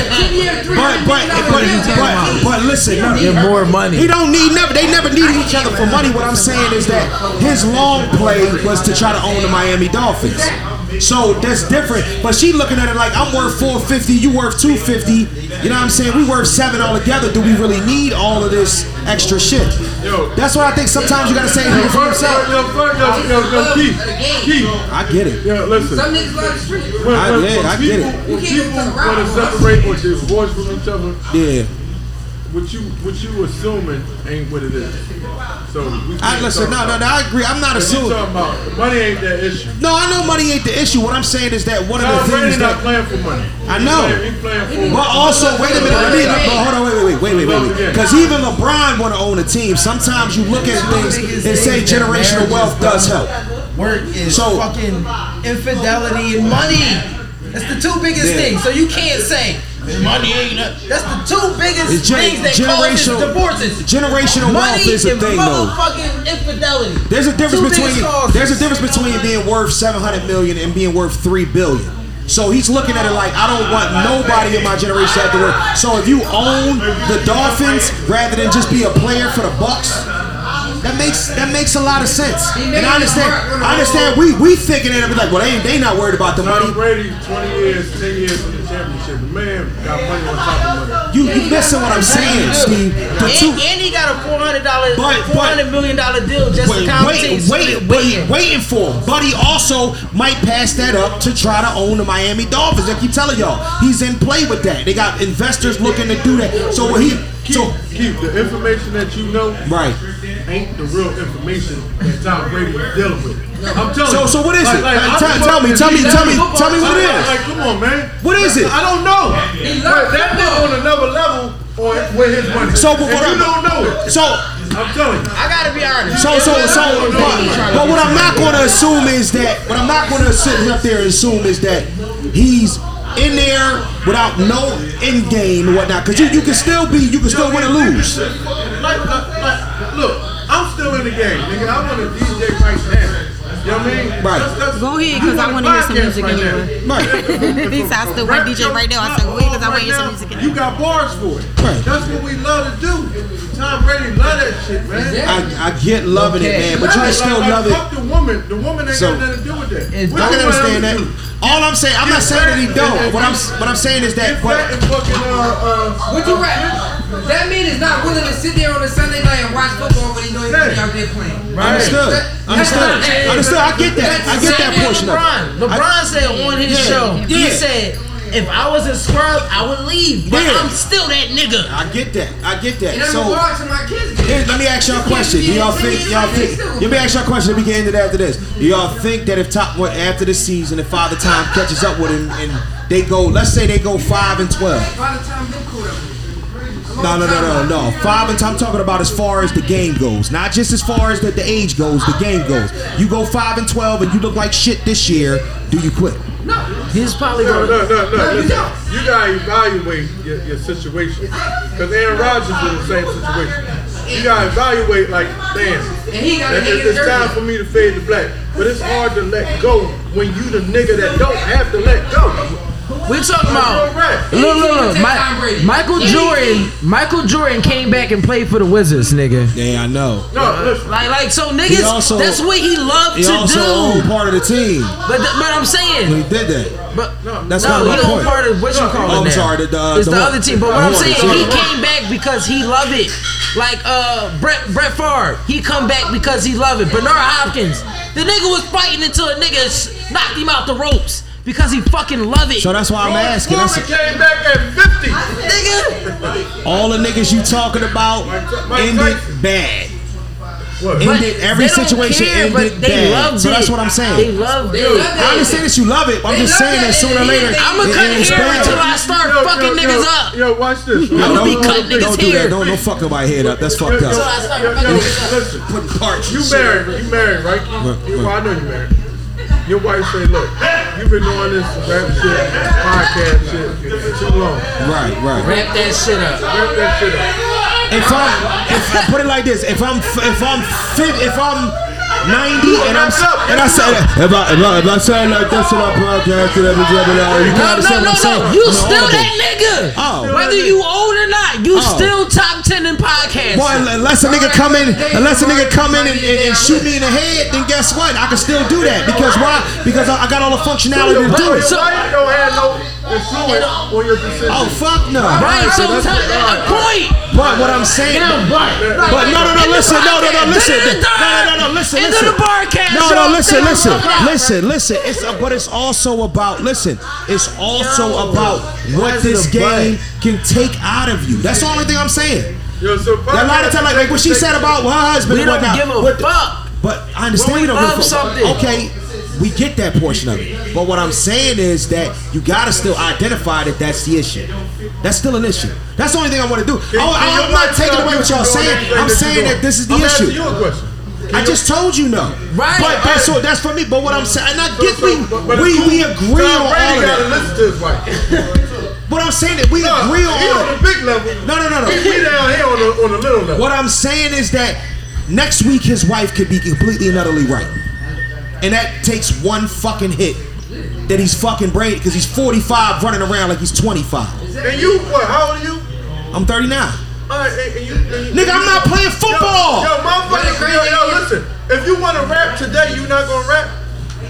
S1: But but but but, but listen, no,
S3: Get more
S1: He
S3: money.
S1: don't need never. They never needed each other for money. What I'm saying is that his long play was to try to own the Miami Dolphins. So that's different. But she looking at it like I'm worth 450, you worth 250. You know what I'm saying? We worth seven altogether. Do we really need all of this extra shit? That's why I think sometimes you gotta say
S5: Yo,
S1: for
S5: first, yo,
S1: yourself.
S5: yo, first, yo, yo, yo, Keith, Keith.
S1: I get it.
S5: Yo, listen.
S6: Some niggas love the street.
S5: When,
S1: I-
S5: when,
S1: yeah,
S5: when
S1: I get
S5: people,
S1: it.
S5: When
S6: You can't even
S5: people
S6: fuck around
S5: want to
S6: with us.
S5: separate or divorce from each other,
S1: Yeah.
S5: what you what you assuming ain't what it is. So we
S1: I
S5: can't
S1: listen. No,
S5: talk
S1: no,
S5: about-
S1: no. I agree. I'm not
S5: What you
S1: assuming.
S5: talking about? Money ain't that issue.
S1: No, I know money ain't the issue. What I'm saying is that one of the
S5: Tom Brady
S1: things that.
S5: not playing for money.
S1: I know.
S5: He playing, he playing for
S1: But also, wait a minute, let me, but hold on, wait, wait, wait, wait, wait, wait. Because even LeBron want to own a team. Sometimes you look at things and say generational wealth does help.
S11: Work is
S1: So-
S11: fucking infidelity and money. That's the two biggest
S1: Yeah.
S11: things. So you can't say money ain't nothing. That's the two biggest
S1: It's gen-
S11: things that causes
S1: generational
S11: divorces.
S1: generational
S11: money
S1: wealth is a
S11: and
S1: thing though.
S11: motherfucking infidelity.
S1: There's a
S11: Two
S1: difference between
S11: biggest causes.
S1: there's a difference between being worth 700 million and being worth 3 billion. So he's looking at it like I don't want nobody in my generation to have to work. So if you own the Dolphins rather than just be a player for the Bucks, that makes that makes a lot of sense. And I understand I understand we we thinking it and be like, well they ain't they not worried about the money.
S5: Tom Brady, 20 years, 10 years in the championship. The man got money on top of money.
S1: You you missing what I'm saying, Steve. The two
S11: And, and he got a four hundred dollar,
S1: But-
S11: four hundred million dollar deal just
S1: wait,
S11: to compensate.
S1: wait, wait, wait, waiting for him. But he also might pass that up to try to own the Miami Dolphins. I keep telling y'all, he's in play with that. They got investors looking to do that. So when he, so
S5: Keep the information that you know
S1: right.
S5: ain't the real information that Tom Brady is dealing with. I'm telling
S1: So-
S5: you.
S1: so what is it? Like,
S5: I'm
S1: tell-
S5: the
S1: tell
S5: one
S1: me,
S5: that
S1: tell me,
S5: leads
S1: tell me,
S5: football.
S1: tell me what it
S5: I'm
S1: is.
S5: Like, come on, man.
S1: What is it?
S5: I don't know. But that nigga on another level on with his money.
S1: So, but
S5: and
S1: what
S5: you
S1: I-
S5: don't know it.
S1: So
S5: I'm telling you.
S11: I gotta be honest.
S1: so so so. But, but what I'm not going to assume is that what I'm not going to sit up there and assume is that he's. In there without no end game and whatnot, because you, you can still be, you can still win or lose.
S5: Like, like, like, look, I'm still in the game, nigga. I want to DJ right now. You know what I mean?
S1: Right.
S2: Go ahead, 'cause I
S5: you
S2: wanna
S5: a
S2: hear some
S5: podcast
S2: music anyway.
S5: Right.
S2: He said, "I still want DJ right now." I said, "Wait, 'cause I wanna hear some music anyway."
S5: You got bars for it.
S1: Right.
S5: That's what we love to do. Tom Brady love that shit, man.
S1: I, I get loving it, man, but you can
S5: Like,
S1: still
S5: like,
S1: love it.
S5: Fuck the woman. The woman ain't
S1: So-
S5: got nothing to do with that.
S1: I can understand that. All I'm saying, I'm not saying that he don't.
S5: Get
S1: What I'm
S5: fat.
S1: what I'm saying is that,
S5: Get fat
S1: but
S5: and fucking uh uh.
S6: What you rap? That man is not willing to sit there on a Sunday night and watch football when he know he's
S5: Hey.
S6: out there playing.
S1: understood, understood, understood. I get that. I get that
S11: Same
S1: portion
S11: with
S1: of it.
S11: LeBron. LeBron said on his
S1: Yeah.
S11: show,
S1: Yeah.
S11: he said, if I was a scrub, I would leave. But
S1: Yeah.
S11: I'm still that nigga.
S1: I get that. I get
S6: And
S1: that.
S6: I'm
S1: So
S6: watching my kids. do.
S1: here, let me ask y'all a question. Do y'all think y'all think? Let me ask y'all a question. Let me get into that after this. Do y'all think that if top what after the season, if Father Time catches up with him and they go, let's say they go five and twelve.
S6: By the time them caught up.
S1: No, no, no, no, no. Five and I'm talking about as far as the game goes, not just as far as the, the age goes. The game goes. You go five and twelve, and you look like shit this year. Do you quit?
S11: He's probably
S5: No,
S11: going
S5: no, no, no. Listen, you gotta evaluate your, your situation. Because Aaron Rodgers in the same situation. You gotta evaluate, like, damn,
S6: And he got a
S5: it- it-
S6: nigga
S5: it's time
S6: jersey.
S5: for me to fade to black. But it's hard to let go when you the nigga that don't have to let go.
S3: We're talking about look, look, look. Mi- Michael Jordan. Michael Jordan came back and played for the Wizards, nigga.
S1: Yeah, I know.
S3: Like, like, so
S1: He
S3: niggas.
S1: also-
S3: that's what he loved
S1: He
S3: to
S1: also
S3: do.
S1: owned part of the team.
S3: But, th- but I'm saying,
S1: He did that.
S3: but
S1: That's
S3: no,
S1: not my
S3: he don't
S1: point.
S3: part of what you
S1: No,
S3: call it
S1: I'm
S3: now.
S1: sorry, the- the-
S3: it's
S1: the
S3: the,
S1: one-
S3: other team. But what I'm
S1: the
S3: saying,
S1: one,
S3: he
S1: sorry.
S3: came back because he loved it. Like uh, Brett Brett Favre, he come back because he loved it. Bernard Hopkins, the nigga was fighting until a nigga s- knocked him out the ropes because he fucking loved it.
S1: So that's why I'm asking. That's-
S5: came back at 50.
S1: All the niggas you talking about ended bad. Ended
S3: But
S1: every
S3: they don't
S1: situation
S3: care,
S1: ended
S3: but they
S1: bad.
S3: loved
S1: So that's
S3: it.
S1: what I'm saying.
S3: They loved it.
S1: I understand that you love it. but I'm
S3: They
S1: just
S3: loved
S1: saying that
S3: it.
S1: sooner or later.
S3: I'ma
S1: it
S3: cut
S1: ends
S3: hair
S1: bad.
S3: until I start fucking niggas up.
S5: Yo, watch this.
S1: No, don't,
S5: Yo,
S1: don't,
S5: yo,
S1: do that. Don't, don't fuck up my head up. That's fucked
S5: yo,
S1: up.
S5: yo, yo, Listen, you married, you married, right?
S1: Look,
S5: You,
S1: look.
S5: well, I know you married. Your wife say, look, you've been doing this rap shit, podcast shit too long.
S1: Right, right.
S3: Wrap that shit up.
S5: Rap that shit up.
S1: If I'm, if I put it like this, if I'm, if I'm, fit, if I'm 90 and I'm, and I say, if I, if I, if I say like this in my podcast, and every blah, blah, blah, you
S3: No,
S1: gotta
S3: no,
S1: say
S3: no,
S1: what I'm saying.
S3: no. You
S1: I'm an
S3: still
S1: audible.
S3: that nigga.
S1: Oh.
S3: Whether you old or not,
S1: Oh.
S3: you still top ten in podcasts.
S1: Boy, unless a nigga come in, unless a nigga come in and, and, and shoot me in the head, then guess what? I can still do that because why? Because I, I got all the functionality to do
S5: Your
S1: it.
S5: wife don't have no influence on your decision.
S1: Oh fuck no!
S3: Right, so
S5: that's
S3: top,
S5: what-
S3: a point.
S1: But what I'm saying, but no, no, no, listen, no, no, no, listen, no, no, no, no, listen,
S3: Into
S1: listen.
S3: the barcast.
S1: No, no, listen, listen, listen, listen. It's uh, but it's also about listen. It's also about what this game can take out of you. That's the only thing I'm saying.
S5: Yo, so
S1: A lot of
S5: podcast
S1: times, like, like what she
S5: takes-
S1: said about her husband
S3: We
S1: and
S3: don't
S1: whatnot.
S3: give a
S1: what-
S3: fuck.
S1: But I understand
S3: When
S1: you
S3: we
S1: don't give a fuck.
S3: love something.
S1: Okay, we get that portion of it. But what I'm saying is that you gotta still identify that that's the issue. That's still an issue. That's the only thing I want to do. Oh, I,
S5: Can your
S1: am not
S5: wife
S1: taking
S5: tell
S1: away
S5: you
S1: what
S5: to
S1: y'all
S5: do
S1: saying.
S5: anything
S1: I'm
S5: you
S1: saying
S5: do?
S1: that this is the
S5: I'm
S1: issue.
S5: asking you a question.
S1: I just told you no.
S3: Right.
S1: But that's so that's for me. But what I'm saying, and I get
S5: So-
S1: we
S5: but- but
S1: we,
S5: it's
S1: we
S5: cool.
S1: agree on
S5: Tom
S1: all of
S5: Brady gotta
S1: that.
S5: listen to his wife.
S1: But I'm saying that we
S5: Nah,
S1: agree on
S5: he
S1: all
S5: on
S1: of
S5: the big level.
S1: No, no, no, no.
S5: We, we down here on the on the little level.
S1: What I'm saying is that next week his wife could be completely and utterly right. And that takes one fucking hit that he's fucking braided because he's 45 running around like he's 25.
S5: And you what? How old are you?
S1: I'm 39.
S5: Uh, and, and you, and you-
S1: Nigga, I'm not playing football.
S5: Yo, yo motherfucker, yo, yo, listen. If you want to rap today, you not gonna rap.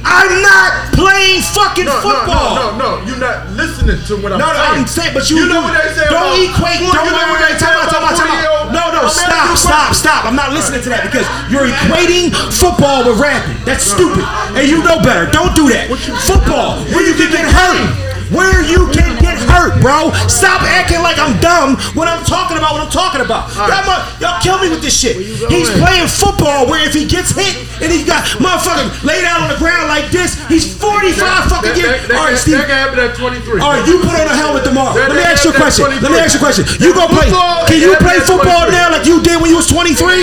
S1: I'm not playing fucking
S5: No,
S1: football.
S5: no, no, no, no. You're not listening to what I'm
S1: No, no,
S5: saying.
S1: I'm saying, but you,
S5: know what they say
S1: Don't
S5: about
S1: equate.
S5: fool,
S1: Don't
S5: you know what they
S1: equate.
S5: say
S1: Time out, time out,
S5: about
S1: time out.
S5: 40-year-old?
S1: No, no,
S5: I'm
S1: stop,
S5: asking
S1: stop,
S5: you
S1: stop. I'm not listening to that because you're equating football with rapping. That's stupid. And you know better. Don't do that. Football, where you can get hurt. Where you can get hurt, bro. Stop acting like I'm dumb when I'm talking about what I'm talking about. Y'all, mu- y'all kill me with this shit. He's playing football where if he gets hit and he got motherfucker laid out on the ground like this, he's 45 fucking
S5: That,
S1: years.
S5: that, that,
S1: All right,
S5: that,
S1: Steve.
S5: that can happen at 23.
S1: All right, you put on a helmet tomorrow.
S5: That-
S1: Let me
S5: that-
S1: ask you a
S5: that's
S1: question. Let me
S5: 23.
S1: ask you a question. You gonna play?
S5: Football,
S1: Can you
S5: yeah,
S1: play
S5: that's
S1: football
S5: 23.
S1: now like you did when you was 23?
S6: Anybody.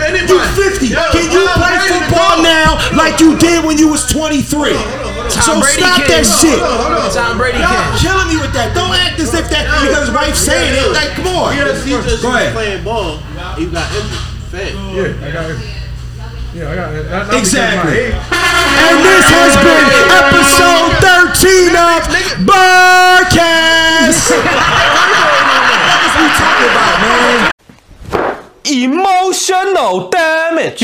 S5: Anybody.
S1: You 50.
S5: Yo,
S1: Can you
S5: Tom
S1: play
S5: Brady to
S1: football
S5: go.
S1: now like you did when you was 23? So
S3: Tom Brady
S1: stop
S3: can.
S1: that shit.
S3: Tom Brady
S1: Y'all
S3: can.
S1: killing me with that. Don't act as if that because wife saying it. Like, come on.
S12: Because he just
S1: Go
S12: was
S1: ahead.
S12: playing ball, he got injured. Fact.
S5: Yeah, I got it. Yeah, I got it. Not- not
S1: Exactly.
S5: because of my age.
S1: And this has been episode 13 of Barcast. What the fuck is we talking about, man?
S13: Emotional damage.